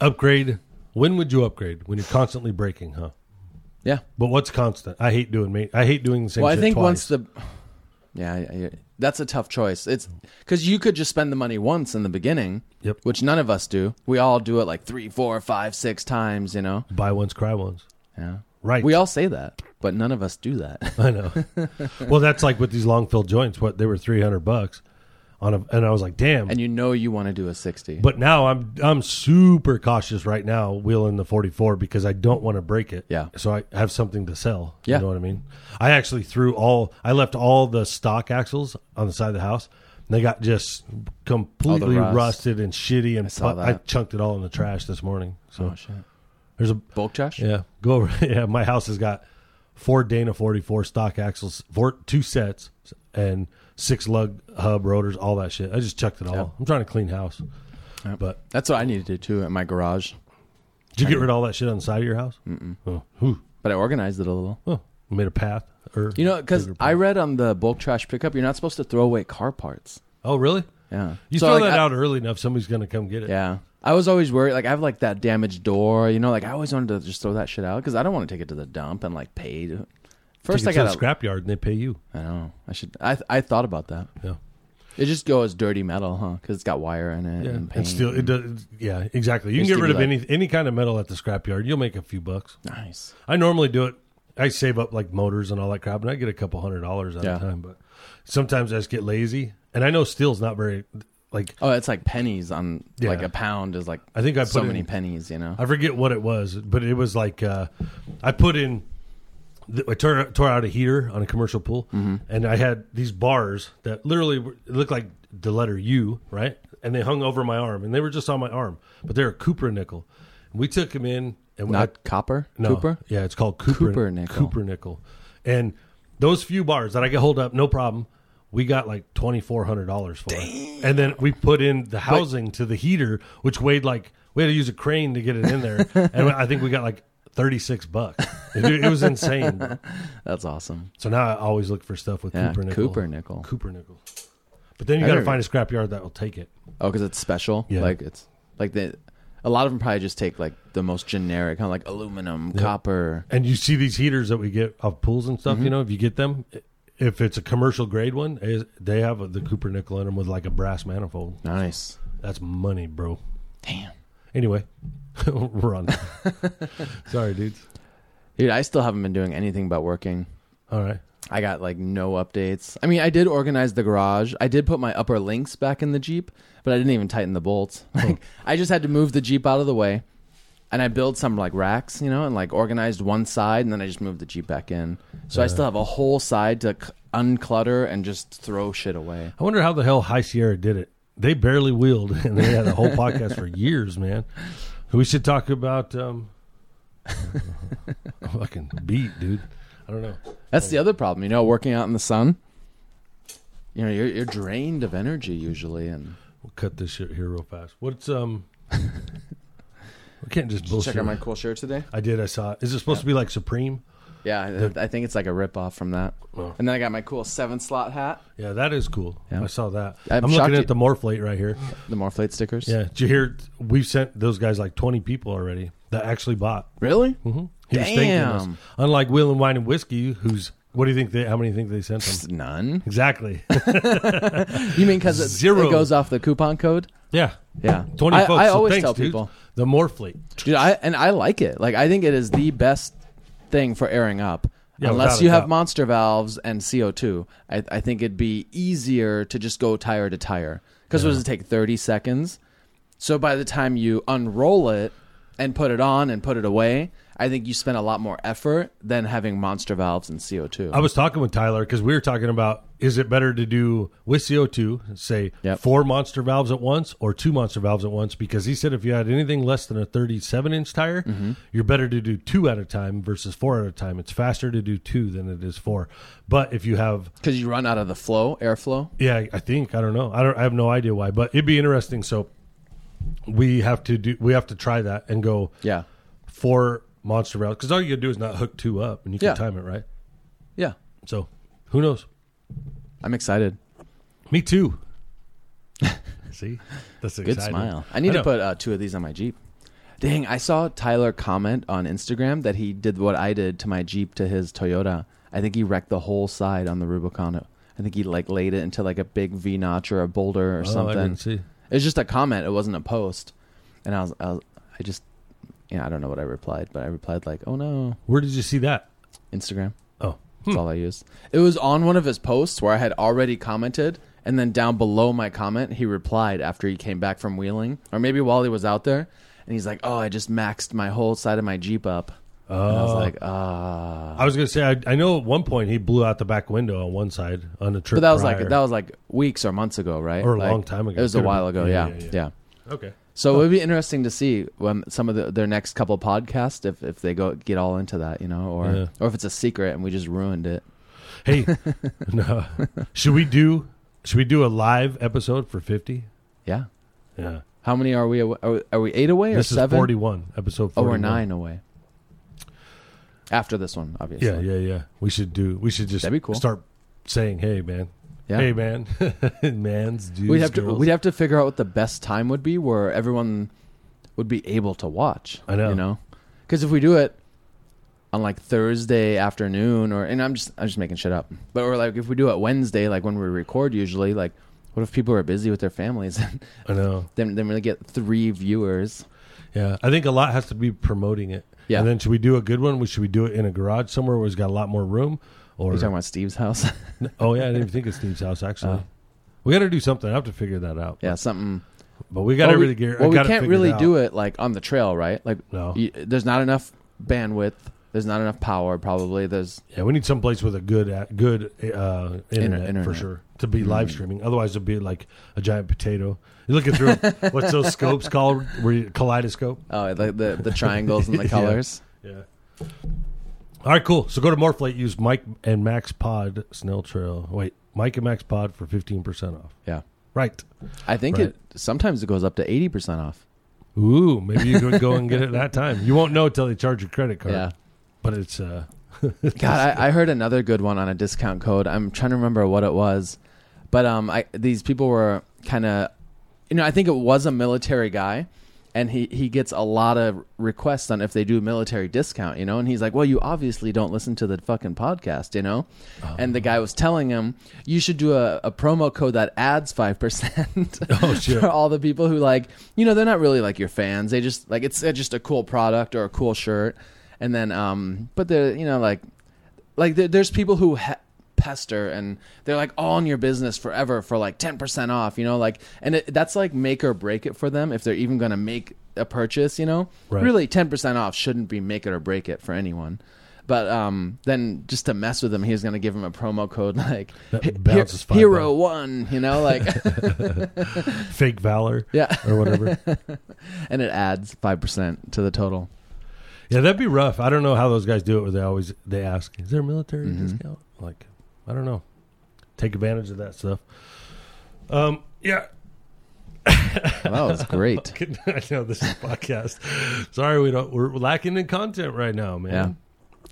Speaker 1: Upgrade. When would you upgrade? When you're constantly braking, huh?
Speaker 2: Yeah.
Speaker 1: But what's constant? I hate doing ma- I hate doing the same.
Speaker 2: Well, I
Speaker 1: shit
Speaker 2: think
Speaker 1: twice.
Speaker 2: once the yeah, yeah, yeah, that's a tough choice. It's because you could just spend the money once in the beginning,
Speaker 1: Yep.
Speaker 2: which none of us do. We all do it like three, four, five, six times, you know.
Speaker 1: buy once, cry once.
Speaker 2: Yeah.
Speaker 1: Right.
Speaker 2: We all say that, but none of us do that.
Speaker 1: [LAUGHS] I know. well, that's like with these long fill joints. What they were three hundred bucks on a, and I was like, damn.
Speaker 2: and you know you want to do a 60.
Speaker 1: but now I'm I'm super cautious right now wheeling the 44 because I don't want to break it.
Speaker 2: Yeah.
Speaker 1: So I have something to sell.
Speaker 2: Yeah.
Speaker 1: You know what I mean? I actually threw all I left all the stock axles on the side of the house. and They got just completely
Speaker 2: rust.
Speaker 1: rusted and shitty, and I,
Speaker 2: saw
Speaker 1: I
Speaker 2: that.
Speaker 1: chunked it all in the trash this morning. So
Speaker 2: oh, shit.
Speaker 1: there's a
Speaker 2: Bulk trash?
Speaker 1: yeah, go over. [LAUGHS] Yeah, my house has got four Dana 44 stock axles, four two sets, and six lug hub rotors, all that shit. I just checked it all.
Speaker 2: Yeah.
Speaker 1: I'm trying to clean house. But
Speaker 2: That's what I need to do too at my garage,
Speaker 1: did you get rid of all that shit on the side of your house? Mm-mm. Oh, whew.
Speaker 2: but I organized it a little.
Speaker 1: Oh, you made a path. Or
Speaker 2: You know, because
Speaker 1: bigger path.
Speaker 2: I read on the bulk trash pickup, you're not supposed to throw away car parts.
Speaker 1: oh really?
Speaker 2: Yeah.
Speaker 1: You
Speaker 2: So,
Speaker 1: throw
Speaker 2: like,
Speaker 1: that
Speaker 2: I-
Speaker 1: out early enough, somebody's gonna come get it.
Speaker 2: Yeah. I was always worried. Like, I have like that damaged door, you know, like I always wanted to just throw that shit out because I don't want to take it to the dump and like pay. to- First,
Speaker 1: Take
Speaker 2: I
Speaker 1: it to
Speaker 2: got
Speaker 1: the scrapyard and they pay you.
Speaker 2: I know. I should. I, I thought about that.
Speaker 1: Yeah,
Speaker 2: It just goes dirty metal, huh? Because it's got wire in it
Speaker 1: yeah.
Speaker 2: and paint.
Speaker 1: And still, it does. Yeah, exactly. You
Speaker 2: Used
Speaker 1: can get
Speaker 2: to
Speaker 1: rid
Speaker 2: be
Speaker 1: of
Speaker 2: like-
Speaker 1: any any kind of metal at the scrapyard. You'll make a few bucks.
Speaker 2: nice.
Speaker 1: I normally do it. I save up like motors and all that crap, and I get a couple hundred dollars at
Speaker 2: Yeah.
Speaker 1: a time. But sometimes I just get lazy, and I know steel's not very like.
Speaker 2: Oh, it's like pennies on
Speaker 1: Yeah.
Speaker 2: like a pound is like
Speaker 1: I think I put
Speaker 2: so
Speaker 1: in-
Speaker 2: many pennies, you know.
Speaker 1: I forget what it was, but it was like uh, I put in. th- I tore, tore out a heater on a commercial pool,
Speaker 2: Mm-hmm.
Speaker 1: and I had these bars that literally were- looked like the letter U, right? And they hung over my arm, and they were just on my arm, but they were Cooper nickel. We took him in and we
Speaker 2: Not copper.
Speaker 1: no,
Speaker 2: Cooper.
Speaker 1: Yeah, it's called Cooper
Speaker 2: Cooper nickel.
Speaker 1: Cooper nickel. And those few bars that I could hold up, no problem. We got like twenty four hundred dollars for it, and then we put in the housing to the heater, which weighed like we had to use a crane to get it in
Speaker 2: [LAUGHS]
Speaker 1: there, and I think we got like thirty six bucks. It, it was insane. bro.
Speaker 2: That's awesome.
Speaker 1: So now I always look for stuff with
Speaker 2: Yeah,
Speaker 1: Cooper nickel.
Speaker 2: Cooper nickel.
Speaker 1: Cooper nickel. But then you
Speaker 2: I
Speaker 1: got to
Speaker 2: never-
Speaker 1: find a scrapyard that will take it.
Speaker 2: Oh, because it's special.
Speaker 1: Yeah.
Speaker 2: Like it's like the. A lot of them probably just take like the most generic, kind of like aluminum, copper.
Speaker 1: and you see these heaters that we get off pools and stuff. You
Speaker 2: Mm-hmm.
Speaker 1: know, if you get them, if it's a commercial grade one, is- they have the Cooper nickel in them with like a brass manifold.
Speaker 2: Nice.
Speaker 1: That's money, bro.
Speaker 2: Damn.
Speaker 1: Anyway, [LAUGHS] we're
Speaker 2: [LAUGHS]
Speaker 1: on. Sorry, dudes.
Speaker 2: Dude, I still haven't been doing anything but working.
Speaker 1: All right.
Speaker 2: I got like no updates. I mean, I did organize the garage. I did put my upper links back in the Jeep, but I didn't even tighten the bolts. [LAUGHS] Like, I just had to move the Jeep out of the way. And I built some like racks, you know, and like organized one side, and then I just moved the Jeep back in. So I still have a whole side to c- unclutter and just throw shit away.
Speaker 1: I wonder how the hell High Sierra did it. They barely wheeled, [LAUGHS] and they had a whole podcast for years, man. We should talk about um, [LAUGHS] fucking beat, dude. I don't know.
Speaker 2: That's the other problem, you know, working out in the sun. You know, you're, you're drained of energy usually, and
Speaker 1: We'll cut this shit here real fast. What's um? [LAUGHS] we can't just bullshit.
Speaker 2: check out my cool shirt today.
Speaker 1: I did. I saw. it. Is it supposed to be like Supreme?
Speaker 2: Yeah, I- I think it's like a rip off from that.
Speaker 1: Oh.
Speaker 2: And then I got my cool seven slot hat,
Speaker 1: Yeah, that is cool.
Speaker 2: Yeah.
Speaker 1: I saw that.
Speaker 2: I'm
Speaker 1: I'm,
Speaker 2: shocked
Speaker 1: looking
Speaker 2: you-
Speaker 1: at the Morphlate right here.
Speaker 2: the Morphlate stickers.
Speaker 1: Yeah, did you hear? We've sent those guys like 20 people already that actually bought.
Speaker 2: Really?
Speaker 1: Mm-hmm. He was thanking us.
Speaker 2: Damn.
Speaker 1: Unlike Wheel and Wine and Whiskey, who's what do you think? They, how many think they sent them?
Speaker 2: None.
Speaker 1: exactly. [LAUGHS]
Speaker 2: You mean because it,
Speaker 1: Zero.
Speaker 2: it goes off the coupon code?
Speaker 1: yeah,
Speaker 2: Yeah.
Speaker 1: 20
Speaker 2: I,
Speaker 1: folks.
Speaker 2: I
Speaker 1: So
Speaker 2: always
Speaker 1: thanks,
Speaker 2: tell
Speaker 1: dude.
Speaker 2: people,
Speaker 1: the Morphlate.
Speaker 2: dude, I and I like it. Like I think it is the best thing for airing up.
Speaker 1: Yeah,
Speaker 2: Unless
Speaker 1: without a
Speaker 2: you have
Speaker 1: doubt.
Speaker 2: monster valves and CO2, I, I think it'd be easier to just go tire to tire. Because what does it take? 30 seconds? So by the time you unroll it and put it on and put it away, I think you spend a lot more effort than having monster valves and CO2.
Speaker 1: I was talking with Tyler because we were talking about is it better to do with CO2, say
Speaker 2: Yep.
Speaker 1: four monster valves at once or two monster valves at once? Because he said if you had anything less than a 37 inch tire,
Speaker 2: Mm-hmm.
Speaker 1: you're better to do two at a time versus four at a time. It's faster to do two than it is four. But if you have,
Speaker 2: Because you run out of the flow, airflow.
Speaker 1: yeah, I think I don't know, I don't, I have no idea why, but it'd be interesting. So we have to do, we have to try that and go
Speaker 2: Yeah.
Speaker 1: four monster valves because all you gotta do is not hook two up and you can
Speaker 2: Yeah.
Speaker 1: time it right.
Speaker 2: Yeah.
Speaker 1: So who knows?
Speaker 2: I'm excited.
Speaker 1: Me
Speaker 2: [LAUGHS]
Speaker 1: too. See, that's
Speaker 2: Good
Speaker 1: exciting.
Speaker 2: smile. I need to
Speaker 1: know.
Speaker 2: put uh, two of these on my Jeep. Dang, I saw Tyler comment on Instagram that he did what I did to my Jeep to his Toyota. I think he wrecked the whole side on the Rubicon. I think he like laid it into like a big V notch or a boulder or
Speaker 1: Oh,
Speaker 2: something.
Speaker 1: I didn't see.
Speaker 2: It was just a comment. It wasn't a post. And I was, I, was, I just, yeah, I don't know what I replied, but I replied like, "Oh no,
Speaker 1: Where did you see that?
Speaker 2: Instagram."
Speaker 1: Oh,
Speaker 2: That's all I used. It was on one of his posts where I had already commented, and then down below my comment, he replied after he came back from wheeling, or maybe while he was out there, and he's like, "Oh, I just maxed my whole side of my Jeep up." Oh. And I was like, "Ah."
Speaker 1: I was gonna say. I, I know at one point he blew out the back window on one side on a trip.
Speaker 2: But that was
Speaker 1: prior.
Speaker 2: like that was like weeks or months ago, right?
Speaker 1: Or a
Speaker 2: Like,
Speaker 1: long time ago.
Speaker 2: It was a
Speaker 1: Could've
Speaker 2: while
Speaker 1: been-
Speaker 2: ago.
Speaker 1: yeah,
Speaker 2: Yeah,
Speaker 1: yeah, yeah.
Speaker 2: yeah.
Speaker 1: okay.
Speaker 2: So it would be interesting to see when some of the, their next couple podcasts, if, if they go get all into that, you know, or
Speaker 1: Yeah.
Speaker 2: or if it's a secret and we just ruined it.
Speaker 1: Hey, [LAUGHS] no. Should we do? Should we do a live episode for fifty?
Speaker 2: Yeah.
Speaker 1: Yeah.
Speaker 2: How many are we? awa- Are we, are we eight away or
Speaker 1: This
Speaker 2: seven?
Speaker 1: is forty-one. Episode. 41.
Speaker 2: Oh, we're nine away. After this one, obviously.
Speaker 1: Yeah, yeah, yeah. We should do. We should just
Speaker 2: That'd be cool.
Speaker 1: start saying, "Hey, man.
Speaker 2: Yeah.
Speaker 1: Hey, man. [LAUGHS] Man's dudes.
Speaker 2: We'd have to
Speaker 1: girls.
Speaker 2: we'd have to figure out what the best time would be where everyone would be able to watch.
Speaker 1: I know.
Speaker 2: You know, because if we do it on like Thursday afternoon, or and I'm just I'm just making shit up, but or like if we do it Wednesday, like when we record usually, like what if people are busy with their families [LAUGHS] and
Speaker 1: I know.
Speaker 2: then then we get three viewers?
Speaker 1: Yeah, I think a lot has to be promoting it.
Speaker 2: Yeah.
Speaker 1: And then should we do a good one? We should we do it in a garage somewhere where it's got a lot more room? Or
Speaker 2: Are you talking about Steve's house? [LAUGHS]
Speaker 1: oh yeah, I didn't even think of Steve's house actually. we got to do something. I have to figure that out.
Speaker 2: yeah, something.
Speaker 1: But we got
Speaker 2: Well,
Speaker 1: to
Speaker 2: we-
Speaker 1: really gear.
Speaker 2: Well,
Speaker 1: I
Speaker 2: we
Speaker 1: gotta
Speaker 2: can't
Speaker 1: figure
Speaker 2: really
Speaker 1: out.
Speaker 2: do it like on the trail, right? Like,
Speaker 1: No.
Speaker 2: y- there's not enough bandwidth There's not enough power. Probably there's
Speaker 1: Yeah, we need someplace with a good a- good uh, internet, for
Speaker 2: internet. Hmm.
Speaker 1: sure to be live streaming. Otherwise, it'll be like a giant potato. You're looking
Speaker 2: [LAUGHS]
Speaker 1: through what's those scopes called? Where you, kaleidoscope.
Speaker 2: oh the the, the triangles and the colors.
Speaker 1: [LAUGHS] Yeah. All right, cool. So go to Morphlate. Use Mike and Max Pod Snell Trail. Wait, Mike and Max Pod for fifteen percent off.
Speaker 2: Yeah,
Speaker 1: Right.
Speaker 2: I think
Speaker 1: Right.
Speaker 2: it sometimes it goes up to eighty percent off.
Speaker 1: Ooh, maybe you could go and get it that time. You won't know until they charge your credit card.
Speaker 2: Yeah.
Speaker 1: But it's uh, [LAUGHS]
Speaker 2: [LAUGHS] God, I, I heard another good one on a discount code. I'm trying to remember what it was, but um, I, these people were kind of, you know, I think it was a military guy, and he he gets a lot of requests on if they do military discount, you know, and he's like, well, you obviously don't listen to the fucking podcast, you know, and the
Speaker 1: Oh.
Speaker 2: guy was telling him you should do a, a promo code that adds five percent
Speaker 1: [LAUGHS] Oh, shit.
Speaker 2: [LAUGHS] for all the people who like, you know, they're not really like your fans. They just like it's uh, just a cool product or a cool shirt. And then, um, but they're, you know, like like there, there's people who ha- pester and they're like all in your business forever for like 10% off you know like and it, that's like make or break it for them if they're even going to make a purchase you know
Speaker 1: Right.
Speaker 2: really 10% off shouldn't be make it or break it for anyone but um, then just to mess with them, he's going to give him a promo code [LAUGHS] like
Speaker 1: That
Speaker 2: he-
Speaker 1: bounces five
Speaker 2: hero
Speaker 1: bucks.
Speaker 2: one, you
Speaker 1: [LAUGHS]
Speaker 2: know, like, [LAUGHS]
Speaker 1: fake valor.
Speaker 2: Yeah.
Speaker 1: Or whatever.
Speaker 2: and it adds 5% to the total.
Speaker 1: Yeah, that'd be rough. I don't know how those guys do it. Where they always they ask, "Is there a military discount?" Like, I don't know. Take advantage of that stuff. Um. Yeah. [LAUGHS]
Speaker 2: That was great.
Speaker 1: I know this is a podcast. Sorry, we don't. We're lacking in content right now, man.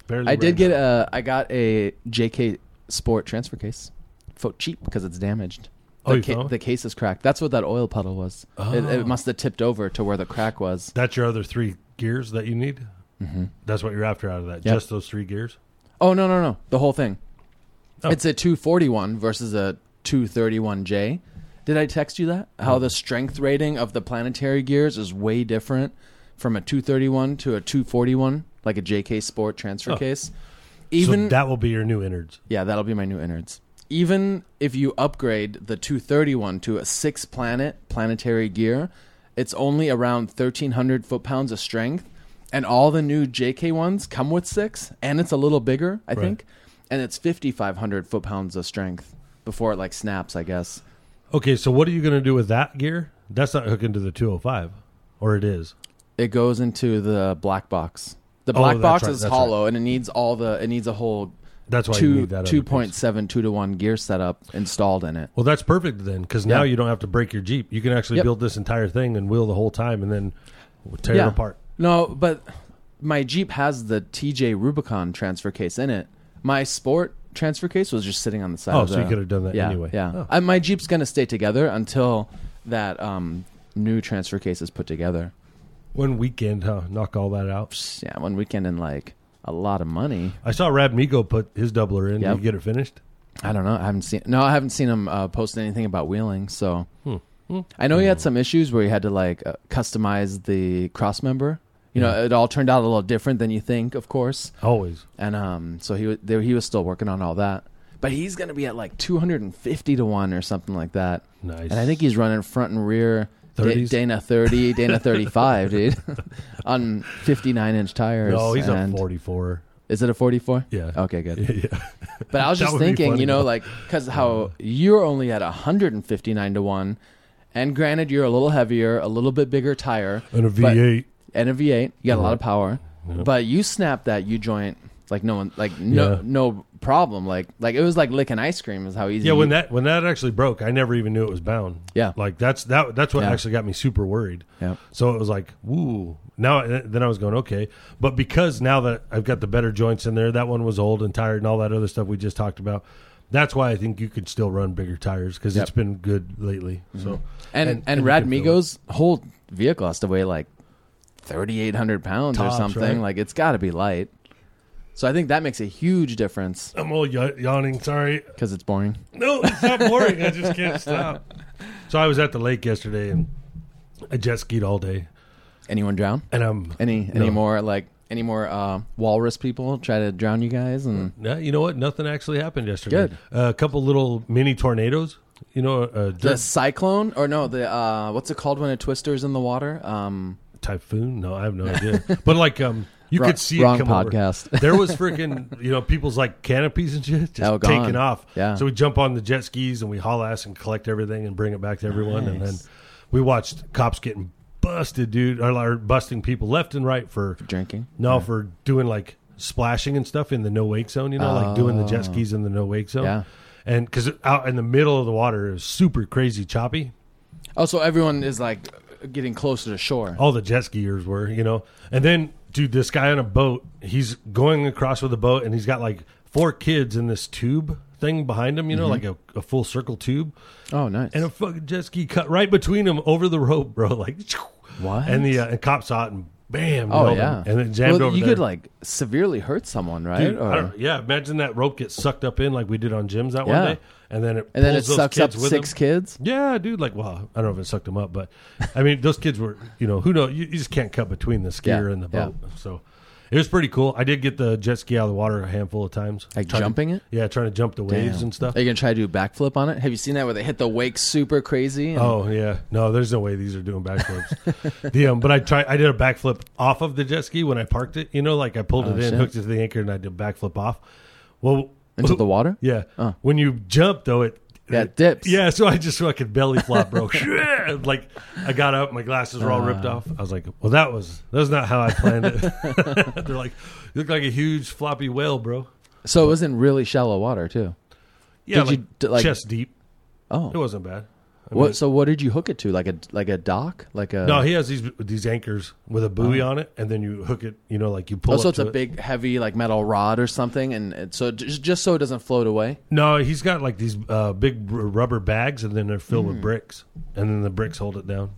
Speaker 1: Barely
Speaker 2: I did
Speaker 1: brain
Speaker 2: get a, I got a JK Sport transfer case, for cheap because it's damaged.
Speaker 1: Oh,
Speaker 2: The,
Speaker 1: you found it? Oh.
Speaker 2: the case is cracked. That's what that oil puddle was. It, it must have tipped over to where the crack was.
Speaker 1: That's your other three gears that you need.
Speaker 2: Mm-hmm.
Speaker 1: That's what you're after out of that. Just those three gears.
Speaker 2: Oh no no no! The whole thing.
Speaker 1: Oh.
Speaker 2: It's a 241 versus a 231J. Did I text you that?
Speaker 1: Oh.
Speaker 2: How the strength rating of the planetary gears is way different from a 231 to a 241, like a JK Sport transfer
Speaker 1: Oh.
Speaker 2: case.
Speaker 1: so that will be your new innards.
Speaker 2: Yeah, that'll be my new innards. Even if you upgrade the 231 to a six planet planetary gear, it's only around 1,300 foot pounds of strength. And all the new JK ones come with six, and it's a little bigger, I think. And it's 5,500 foot pounds of strength before it like snaps, I guess.
Speaker 1: Okay, so what are you going to do with that gear? That's not hooking to the 205, or it is.
Speaker 2: It goes into the black box. The
Speaker 1: Oh,
Speaker 2: black
Speaker 1: that's
Speaker 2: box
Speaker 1: right,
Speaker 2: is
Speaker 1: that's
Speaker 2: hollow, and it needs all the, it needs a whole
Speaker 1: That's why you
Speaker 2: two,
Speaker 1: need that. other
Speaker 2: two
Speaker 1: piece.
Speaker 2: point seven two to 1 gear setup installed in it.
Speaker 1: Well, that's perfect then, because now
Speaker 2: Yeah.
Speaker 1: you don't have to break your Jeep. You can actually
Speaker 2: Yep.
Speaker 1: build this entire thing and wheel the whole time, and then tear it apart.
Speaker 2: No, but my Jeep has the TJ Rubicon transfer case in it. My Sport transfer case was just sitting on the side.
Speaker 1: Oh,
Speaker 2: of
Speaker 1: so
Speaker 2: the-
Speaker 1: you could have done that
Speaker 2: yeah,
Speaker 1: anyway.
Speaker 2: Yeah,
Speaker 1: Oh.
Speaker 2: I, my Jeep's gonna stay together until that um, new transfer case is put together.
Speaker 1: One weekend, huh? Knock all that out.
Speaker 2: Yeah, one weekend and like a lot of money.
Speaker 1: I saw Rad Migo put his doubler in. Did
Speaker 2: Yep.
Speaker 1: you get it finished?
Speaker 2: I don't know. I haven't seen. No, I haven't seen him uh, post anything about wheeling. So
Speaker 1: Hmm.
Speaker 2: I know he had some issues where he had to like uh, customize the cross member. You
Speaker 1: Hmm.
Speaker 2: know, it all turned out a little different than you think, of course.
Speaker 1: Always.
Speaker 2: and um, so he wa- there, he was still working on all that. But he's going to be at like 250 to one or something like that.
Speaker 1: Nice.
Speaker 2: And I think he's running front and rear. Da-
Speaker 1: 30s?
Speaker 2: Dana 30, Dana
Speaker 1: [LAUGHS]
Speaker 2: 35, dude, [LAUGHS] on 59 inch tires.
Speaker 1: No, Oh, he's
Speaker 2: and
Speaker 1: a 44.
Speaker 2: Is it a 44?
Speaker 1: Yeah.
Speaker 2: Okay, good.
Speaker 1: [LAUGHS] yeah.
Speaker 2: But I was
Speaker 1: That
Speaker 2: just
Speaker 1: would be
Speaker 2: thinking,
Speaker 1: funny,
Speaker 2: you know,
Speaker 1: though.
Speaker 2: like because how you're only at 159 to one, and granted you're a little heavier, a little bit bigger tire,
Speaker 1: And a
Speaker 2: but-
Speaker 1: V8.
Speaker 2: and a V8. You got a lot of power, but you snap that U joint like no one, like no
Speaker 1: Yeah.
Speaker 2: no problem. Like like it was like licking ice cream is how easy.
Speaker 1: Yeah,
Speaker 2: you-
Speaker 1: when that when that actually broke, I never even knew it was bound.
Speaker 2: Yeah.
Speaker 1: like that's that that's what
Speaker 2: Yeah.
Speaker 1: actually got me super worried.
Speaker 2: Yeah.
Speaker 1: So it was like, woo. Now eh, then I was going okay, but because now that I've got the better joints in there, that one was old and tired and all that other stuff we just talked about. That's why I think you could still run bigger tires because it's
Speaker 2: Yep. Mm-hmm.
Speaker 1: been good lately. So
Speaker 2: and and,
Speaker 1: you
Speaker 2: Rad
Speaker 1: can feel
Speaker 2: Migo's whole vehicle has to weigh like 3,800 pounds
Speaker 1: Tops,
Speaker 2: or something.
Speaker 1: right?
Speaker 2: Like it's got to be light. So I think that makes a huge difference
Speaker 1: it. I'm all ya- yawning. Sorry.
Speaker 2: because it's boring.
Speaker 1: No, it's not boring. I just
Speaker 2: [LAUGHS]
Speaker 1: can't stop. So I was at the lake yesterday and I jet skied all day,
Speaker 2: Anyone drown?
Speaker 1: and I'm
Speaker 2: Any
Speaker 1: No.
Speaker 2: any more like any more uh, walrus people try to drown you guys and
Speaker 1: Yeah, you know what? Nothing actually happened yesterday.
Speaker 2: Good.
Speaker 1: Uh, a couple little mini tornadoes. You know, uh,
Speaker 2: the
Speaker 1: just
Speaker 2: cyclone or no the uh, what's it called when a twister's in the water? Um,
Speaker 1: typhoon. No, I have no idea. but like, um, You
Speaker 2: Wrong-
Speaker 1: could see
Speaker 2: wrong
Speaker 1: it come over.
Speaker 2: podcast. [LAUGHS]
Speaker 1: there was freaking you know people's like canopies and shit just
Speaker 2: Oh, gone.
Speaker 1: taking off.
Speaker 2: Yeah.
Speaker 1: So we jump on the jet skis and we haul ass and collect everything and bring it back to everyone. And then we watched cops getting busted, dude, or, or busting people left and right for
Speaker 2: drinking.
Speaker 1: no for doing like splashing and stuff in the no wake zone. You know, like doing the jet skis in the no wake zone.
Speaker 2: Yeah.
Speaker 1: And because out in the middle of the water it was super crazy choppy,
Speaker 2: Oh, so everyone is like getting closer to shore.
Speaker 1: all the jet skiers were, you know. And then, dude, this guy on a boat, he's going across with a boat, and he's got like four kids in this tube thing behind him, you know,
Speaker 2: Mm-hmm.
Speaker 1: like a, a full circle tube,
Speaker 2: Oh, nice.
Speaker 1: and a fucking jet ski cut right between them over the rope, bro. Like,
Speaker 2: What?
Speaker 1: And the uh, and cop saw it and bam,
Speaker 2: oh
Speaker 1: nailed him,
Speaker 2: yeah.
Speaker 1: and then jammed
Speaker 2: well,
Speaker 1: over
Speaker 2: you
Speaker 1: there.
Speaker 2: could like severely hurt someone, right?
Speaker 1: Dude, I don't- yeah, imagine that rope gets sucked up in like we did on gyms that
Speaker 2: uh, Yeah.
Speaker 1: one day, and then it
Speaker 2: and then it
Speaker 1: pulls those
Speaker 2: sucks up
Speaker 1: kids with
Speaker 2: six
Speaker 1: them.
Speaker 2: kids.
Speaker 1: Yeah, dude. Like, well, I don't know if it sucked them up, but I mean, those kids were, you know, who knows? You, you just can't cut between the skier
Speaker 2: Yeah,
Speaker 1: and the
Speaker 2: yeah.
Speaker 1: boat. So it was pretty cool. I did get the jet ski out of the water a handful of times.
Speaker 2: Like
Speaker 1: Trying to-
Speaker 2: jumping it?
Speaker 1: Yeah, trying to jump the waves
Speaker 2: Damn.
Speaker 1: and stuff.
Speaker 2: Are you gonna try to do a backflip on it? Have you seen that where they hit the wake super crazy? and-
Speaker 1: Oh yeah, no, there's no way these are doing backflips. [LAUGHS] the um, but I tried. I did a backflip off of the jet ski when I parked it. You know, like I pulled it in,
Speaker 2: Oh, shit.
Speaker 1: hooked it to the anchor, and I did a backflip off. Well,
Speaker 2: into the water.
Speaker 1: Yeah. When you jump though, it
Speaker 2: Yeah,
Speaker 1: it-
Speaker 2: it Uh. dips.
Speaker 1: Yeah, so I just fucking belly flop,
Speaker 2: [LAUGHS]
Speaker 1: bro. like I got up, my glasses were all ripped
Speaker 2: Uh.
Speaker 1: off. I was like, "Well, that was that's not how I planned it." [LAUGHS] They're like, "You look like a huge floppy whale, bro."
Speaker 2: So it was in really shallow water too.
Speaker 1: Yeah,
Speaker 2: Did
Speaker 1: like,
Speaker 2: you d- like-
Speaker 1: chest deep.
Speaker 2: Oh.
Speaker 1: it wasn't bad. I mean,
Speaker 2: What? So what did you hook it to? Like a like a dock? Like a
Speaker 1: no, he has these these anchors with a buoy on it, and then you hook it. You know, like you pull.
Speaker 2: Uh. Oh, so
Speaker 1: up
Speaker 2: it's a
Speaker 1: to it.
Speaker 2: big, heavy, like metal rod or something, and it, so just, just so it doesn't float away.
Speaker 1: No, he's got like these uh, big r- rubber bags, and then they're filled
Speaker 2: Hmm.
Speaker 1: with bricks, and then the bricks hold it down.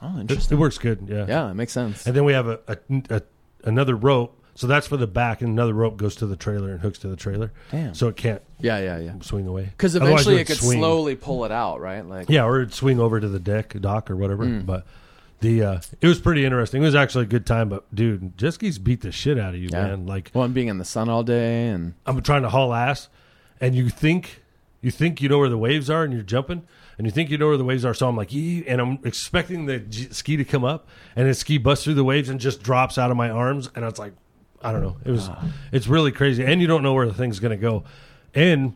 Speaker 2: Oh,
Speaker 1: It,
Speaker 2: interesting.
Speaker 1: it works good.
Speaker 2: Yeah, it makes sense.
Speaker 1: And then we have a, a, a another rope. So that's for the back, and another rope goes to the trailer and hooks to the trailer.
Speaker 2: Damn.
Speaker 1: So it can't
Speaker 2: Yeah, yeah, yeah.
Speaker 1: swing away.
Speaker 2: Because
Speaker 1: Otherwise
Speaker 2: eventually it
Speaker 1: would
Speaker 2: could
Speaker 1: swing.
Speaker 2: slowly pull it out, right? Like
Speaker 1: Yeah, or it'd swing over to the deck, dock, or whatever.
Speaker 2: Mm.
Speaker 1: But the uh, it was pretty interesting. It was actually a good time. But dude, jet skis beat the shit out of you,
Speaker 2: Yeah.
Speaker 1: man. Like
Speaker 2: Well, I'm being in the sun all day, and
Speaker 1: I'm trying to haul ass, and you think you think you know where the waves are, and you're jumping, and you think you know where the waves are. So I'm like, yee, and I'm expecting the j- ski to come up, and the ski busts through the waves and just drops out of my arms, and I was like, I don't know, it was, it's really crazy, and you don't know where the thing's gonna go, and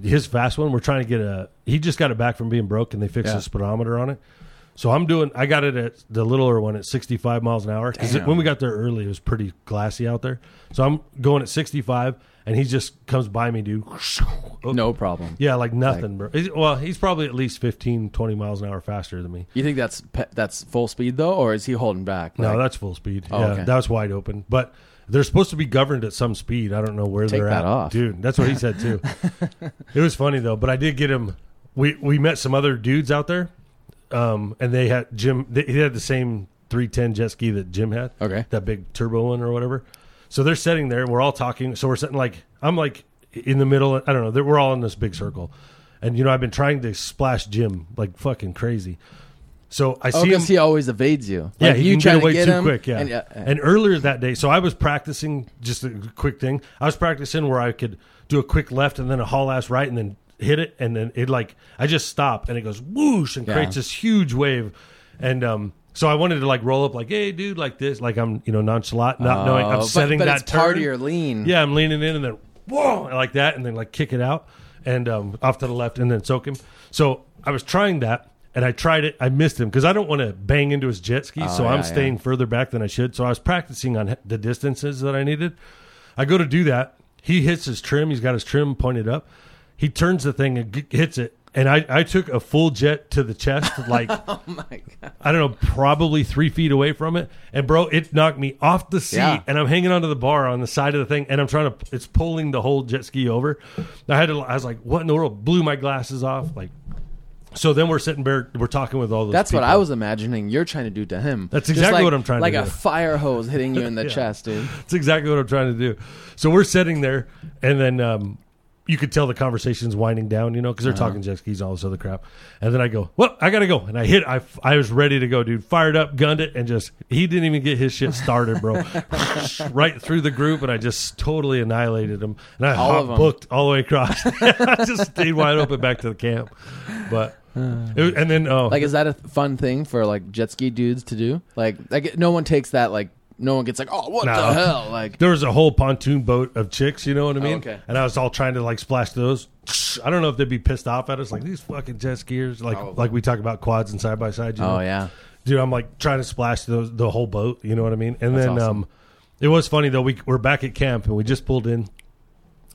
Speaker 1: his fast one, we're trying to get a, he just got it back from being broke, and they fixed
Speaker 2: Yeah.
Speaker 1: the speedometer on it. So I'm doing. I got it at the littler one at 65 miles an hour because
Speaker 2: Damn.
Speaker 1: when we got there early, it was pretty glassy out there. So I'm going at 65, and he just comes by me, dude.
Speaker 2: no problem.
Speaker 1: Yeah, like nothing, bro. He's- Well, he's probably at least 15, 20 miles an hour faster than me.
Speaker 2: You think that's pe- that's full speed though, or is he holding back?
Speaker 1: No,
Speaker 2: Like,
Speaker 1: that's full speed.
Speaker 2: Oh,
Speaker 1: yeah,
Speaker 2: okay.
Speaker 1: that's wide open. But they're supposed to be governed at some speed. I don't know where
Speaker 2: Take
Speaker 1: they're
Speaker 2: that
Speaker 1: at,
Speaker 2: off.
Speaker 1: dude. That's what he said
Speaker 2: [LAUGHS]
Speaker 1: too. it was funny though, but I did get him. We we met some other dudes out there, um, and they had Jim. They, he had the same three ten jet ski that Jim had.
Speaker 2: Okay.
Speaker 1: that big turbo one or whatever. So they're sitting there, and we're all talking. So we're sitting like I'm like in the middle. I don't know. they're- We're all in this big circle, and you know I've been trying to splash Jim like fucking crazy. So I
Speaker 2: Oh,
Speaker 1: see him.
Speaker 2: because he always evades you.
Speaker 1: Yeah,
Speaker 2: Like,
Speaker 1: he
Speaker 2: you
Speaker 1: can
Speaker 2: try
Speaker 1: get
Speaker 2: to
Speaker 1: away
Speaker 2: get
Speaker 1: too
Speaker 2: him,
Speaker 1: quick. Yeah.
Speaker 2: and,
Speaker 1: And,
Speaker 2: uh,
Speaker 1: earlier that day, so I was practicing just a quick thing. I was practicing where I could do a quick left and then a haul ass right and then hit it and then it like I just stopped and it goes whoosh and
Speaker 2: Yeah.
Speaker 1: creates this huge wave. And um so I wanted to like roll up like, hey dude, like this, like I'm you know nonchalant, not knowing
Speaker 2: oh,
Speaker 1: I'm
Speaker 2: but-
Speaker 1: setting
Speaker 2: but
Speaker 1: that
Speaker 2: it's part of
Speaker 1: turn.
Speaker 2: your lean.
Speaker 1: Yeah, I'm leaning in and then whoa like that and then like kick it out and um, off to the left and then soak him. So I was trying that and I tried it. I missed him because I don't want to bang into his jet ski. so
Speaker 2: Oh, yeah,
Speaker 1: I'm
Speaker 2: yeah.
Speaker 1: staying further back than I should. So I was practicing on the distances that I needed. I go to do that. He hits his trim. He's got his trim pointed up. He turns the thing and g- hits it. And I, I took a full jet to the chest, like
Speaker 2: my God.
Speaker 1: I don't know, probably three feet away from it. And bro, it knocked me off the seat,
Speaker 2: Yeah.
Speaker 1: and I'm hanging onto the bar on the side of the thing, and I'm trying to. It's pulling the whole jet ski over. I had to. I was like, "What in the world?" Blew my glasses off. Like, so then we're sitting there, we're talking with all those.
Speaker 2: That's what
Speaker 1: people.
Speaker 2: I was imagining. You're trying to do to him.
Speaker 1: That's
Speaker 2: Just
Speaker 1: exactly
Speaker 2: like-
Speaker 1: what I'm trying to
Speaker 2: like
Speaker 1: do.
Speaker 2: a fire hose hitting you
Speaker 1: [LAUGHS]
Speaker 2: in the chest, dude.
Speaker 1: That's exactly what I'm trying to do. So we're sitting there, and then um, you could tell the conversation's winding down, you know, because they're
Speaker 2: Uh-huh.
Speaker 1: talking jet skis and all this other crap. And then I go, "Well, I gotta go," and I hit. I I was ready to go, dude. Fired up, gunned it, and just he didn't even get his shit started, bro. [LAUGHS] right through the group, and I just totally annihilated him. And I
Speaker 2: All
Speaker 1: hot
Speaker 2: of 'em.
Speaker 1: booked all the way across. [LAUGHS] I just stayed wide open back to the camp, but.
Speaker 2: Uh.
Speaker 1: It, and then oh
Speaker 2: Like, is that a fun thing for like jet ski dudes to do? Like, like no one takes that like no one gets like, oh, what
Speaker 1: No.
Speaker 2: the hell? Like, Oh,
Speaker 1: There was a whole pontoon boat of chicks, you know what I mean?
Speaker 2: okay.
Speaker 1: And I was all trying to like splash those. I don't know if they'd be pissed off at us, like these fucking jet skiers, like
Speaker 2: Probably.
Speaker 1: like we talk about quads and side by side. you
Speaker 2: oh
Speaker 1: know?
Speaker 2: yeah,
Speaker 1: dude, I'm like trying to splash those the whole boat. You know what I mean? And then
Speaker 2: awesome.
Speaker 1: um, it was funny though. We we're back at camp and we just pulled in,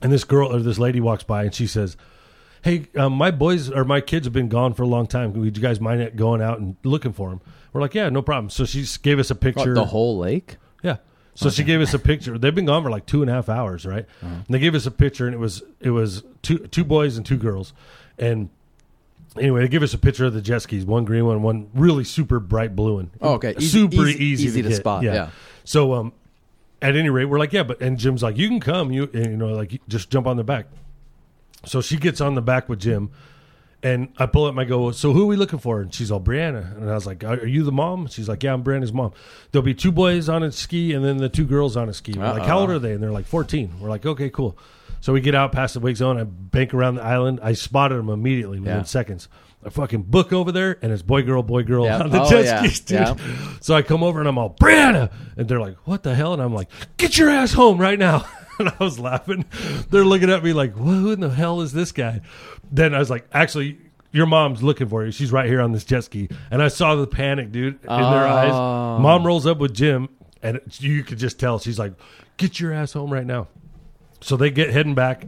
Speaker 1: and this girl or this lady walks by and she says, "Hey, um, my boys or my kids have been gone for a long time. Would you guys mind going out and looking for them?" We're like, "Yeah, no problem." So she just gave us a
Speaker 2: What,
Speaker 1: picture.
Speaker 2: the whole lake.
Speaker 1: Yeah. So she gave us a picture. They've been gone for like two and a half hours, right?
Speaker 2: Uh-huh.
Speaker 1: And they gave us a picture, and it was it was two two boys and two girls, and anyway, they give us a picture of the jet skis, one green one, one really super bright blue one.
Speaker 2: Oh, okay. Easy-
Speaker 1: super
Speaker 2: easy-
Speaker 1: easy,
Speaker 2: easy to
Speaker 1: get.
Speaker 2: spot, yeah.
Speaker 1: So um, at any rate, we're like, yeah, but and Jim's like, you can come, you you know, like just jump on the back. So she gets on the back with Jim, and I pull up and I go, So who are we looking for? And she's all Brianna. And I was like, Are are you the mom? She's like, Yeah, I'm Brianna's mom. There'll be two boys on a ski and then the two girls on a ski. We're like, How old are they? And they're like 14. We're like, Okay, cool. So we get out past the wake zone. I bank around the island. I spotted them immediately within
Speaker 2: Yeah.
Speaker 1: seconds. I fucking book over there and it's boy, girl, boy, girl
Speaker 2: Yeah.
Speaker 1: on the
Speaker 2: Oh,
Speaker 1: jet [LAUGHS]
Speaker 2: yeah.
Speaker 1: skis, dude.
Speaker 2: Yeah.
Speaker 1: So I come over and I'm all, Brianna. And they're like, What the hell? And I'm like, Get your ass home right now. [LAUGHS] And I was laughing. They're looking at me like, "Wha- Who in the hell is this guy? Then I was like, Actually, your mom's looking for you. She's right here on this jet ski. And I saw the panic, dude, in their eyes.
Speaker 2: Oh.
Speaker 1: Mom rolls up with Jim, and it- you could just tell. She's like, Get your ass home right now. So they get heading back.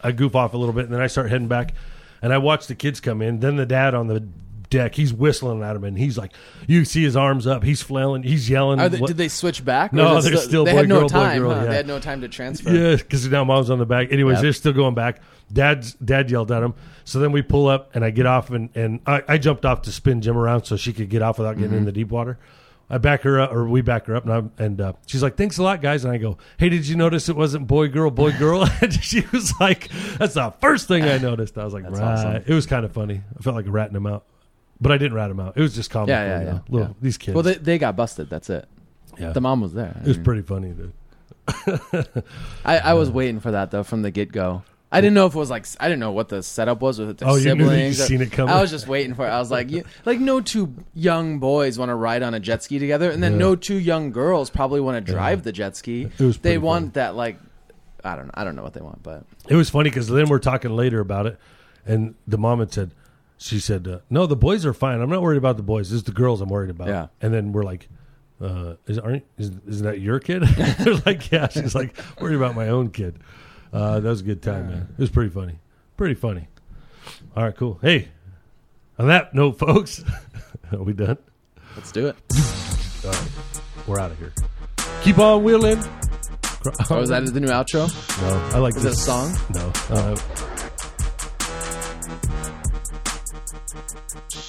Speaker 1: I goof off a little bit, and then I start heading back, and I watch the kids come in. Then the dad on the deck, he's whistling at him, and he's like, you see his arms up, he's flailing, he's yelling.
Speaker 2: Are they,
Speaker 1: What-
Speaker 2: did they switch back? Or
Speaker 1: No,
Speaker 2: is it
Speaker 1: they're still
Speaker 2: they
Speaker 1: boy,
Speaker 2: had no
Speaker 1: girl, boy,
Speaker 2: time.
Speaker 1: girl,
Speaker 2: huh?
Speaker 1: yeah.
Speaker 2: They had no time to transfer.
Speaker 1: yeah, because now mom's on the back. Anyways,
Speaker 2: Yep.
Speaker 1: they're still going back. Dad's dad yelled at him. So then we pull up, and I get off, and and I, I jumped off to spin Jim around so she could get off without
Speaker 2: Mm-hmm.
Speaker 1: getting in the deep water. I back her up, or we back her up, and I'm, and uh, she's like, "Thanks a lot, guys." And I go, "Hey, did you notice it wasn't boy, girl, boy, girl?" [LAUGHS] and she was like, "That's the first thing I noticed." I was like,
Speaker 2: That's
Speaker 1: "Right."
Speaker 2: awesome.
Speaker 1: It was kind of funny. I felt like ratting him out, but I didn't rat him out. It was just comical.
Speaker 2: Yeah, yeah,
Speaker 1: you
Speaker 2: yeah,
Speaker 1: know? Little-
Speaker 2: yeah.
Speaker 1: These kids.
Speaker 2: Well, they, they got busted. That's it.
Speaker 1: yeah.
Speaker 2: The mom Mm. was there. I
Speaker 1: it was
Speaker 2: mean,
Speaker 1: pretty funny, dude.
Speaker 2: I, I was waiting for that though from the get go. I didn't know if it was like I didn't know what the setup was with the
Speaker 1: Oh, you knew that you
Speaker 2: siblings. or-
Speaker 1: seen it coming?
Speaker 2: I was just waiting for it. I was like, you, like no two young boys want to ride on a jet ski together, and then
Speaker 1: Yeah.
Speaker 2: no two young girls probably want to drive the jet ski.
Speaker 1: It was
Speaker 2: they
Speaker 1: pretty
Speaker 2: want
Speaker 1: funny.
Speaker 2: that like I don't know. I don't know what they want, but
Speaker 1: It was funny because then we're talking later about it, and the mom had said, she said, uh, "No, the boys are fine. I'm not worried about the boys. It's the girls I'm worried about."
Speaker 2: Yeah.
Speaker 1: And then we're like, uh, "Is aren't is, is that your kid?" [LAUGHS] They're like, "Yeah." She's like, "Worried about my own kid." Uh, that was a good time, man. It was pretty funny. Pretty funny. All right, cool. Hey, on that note, folks, [LAUGHS] are we done?
Speaker 2: let's do it.
Speaker 1: We're out of here. Keep on wheeling.
Speaker 2: Oh, is that the new outro?
Speaker 1: [LAUGHS] No, I like
Speaker 2: Is that a
Speaker 1: this
Speaker 2: song?
Speaker 1: No. Uh,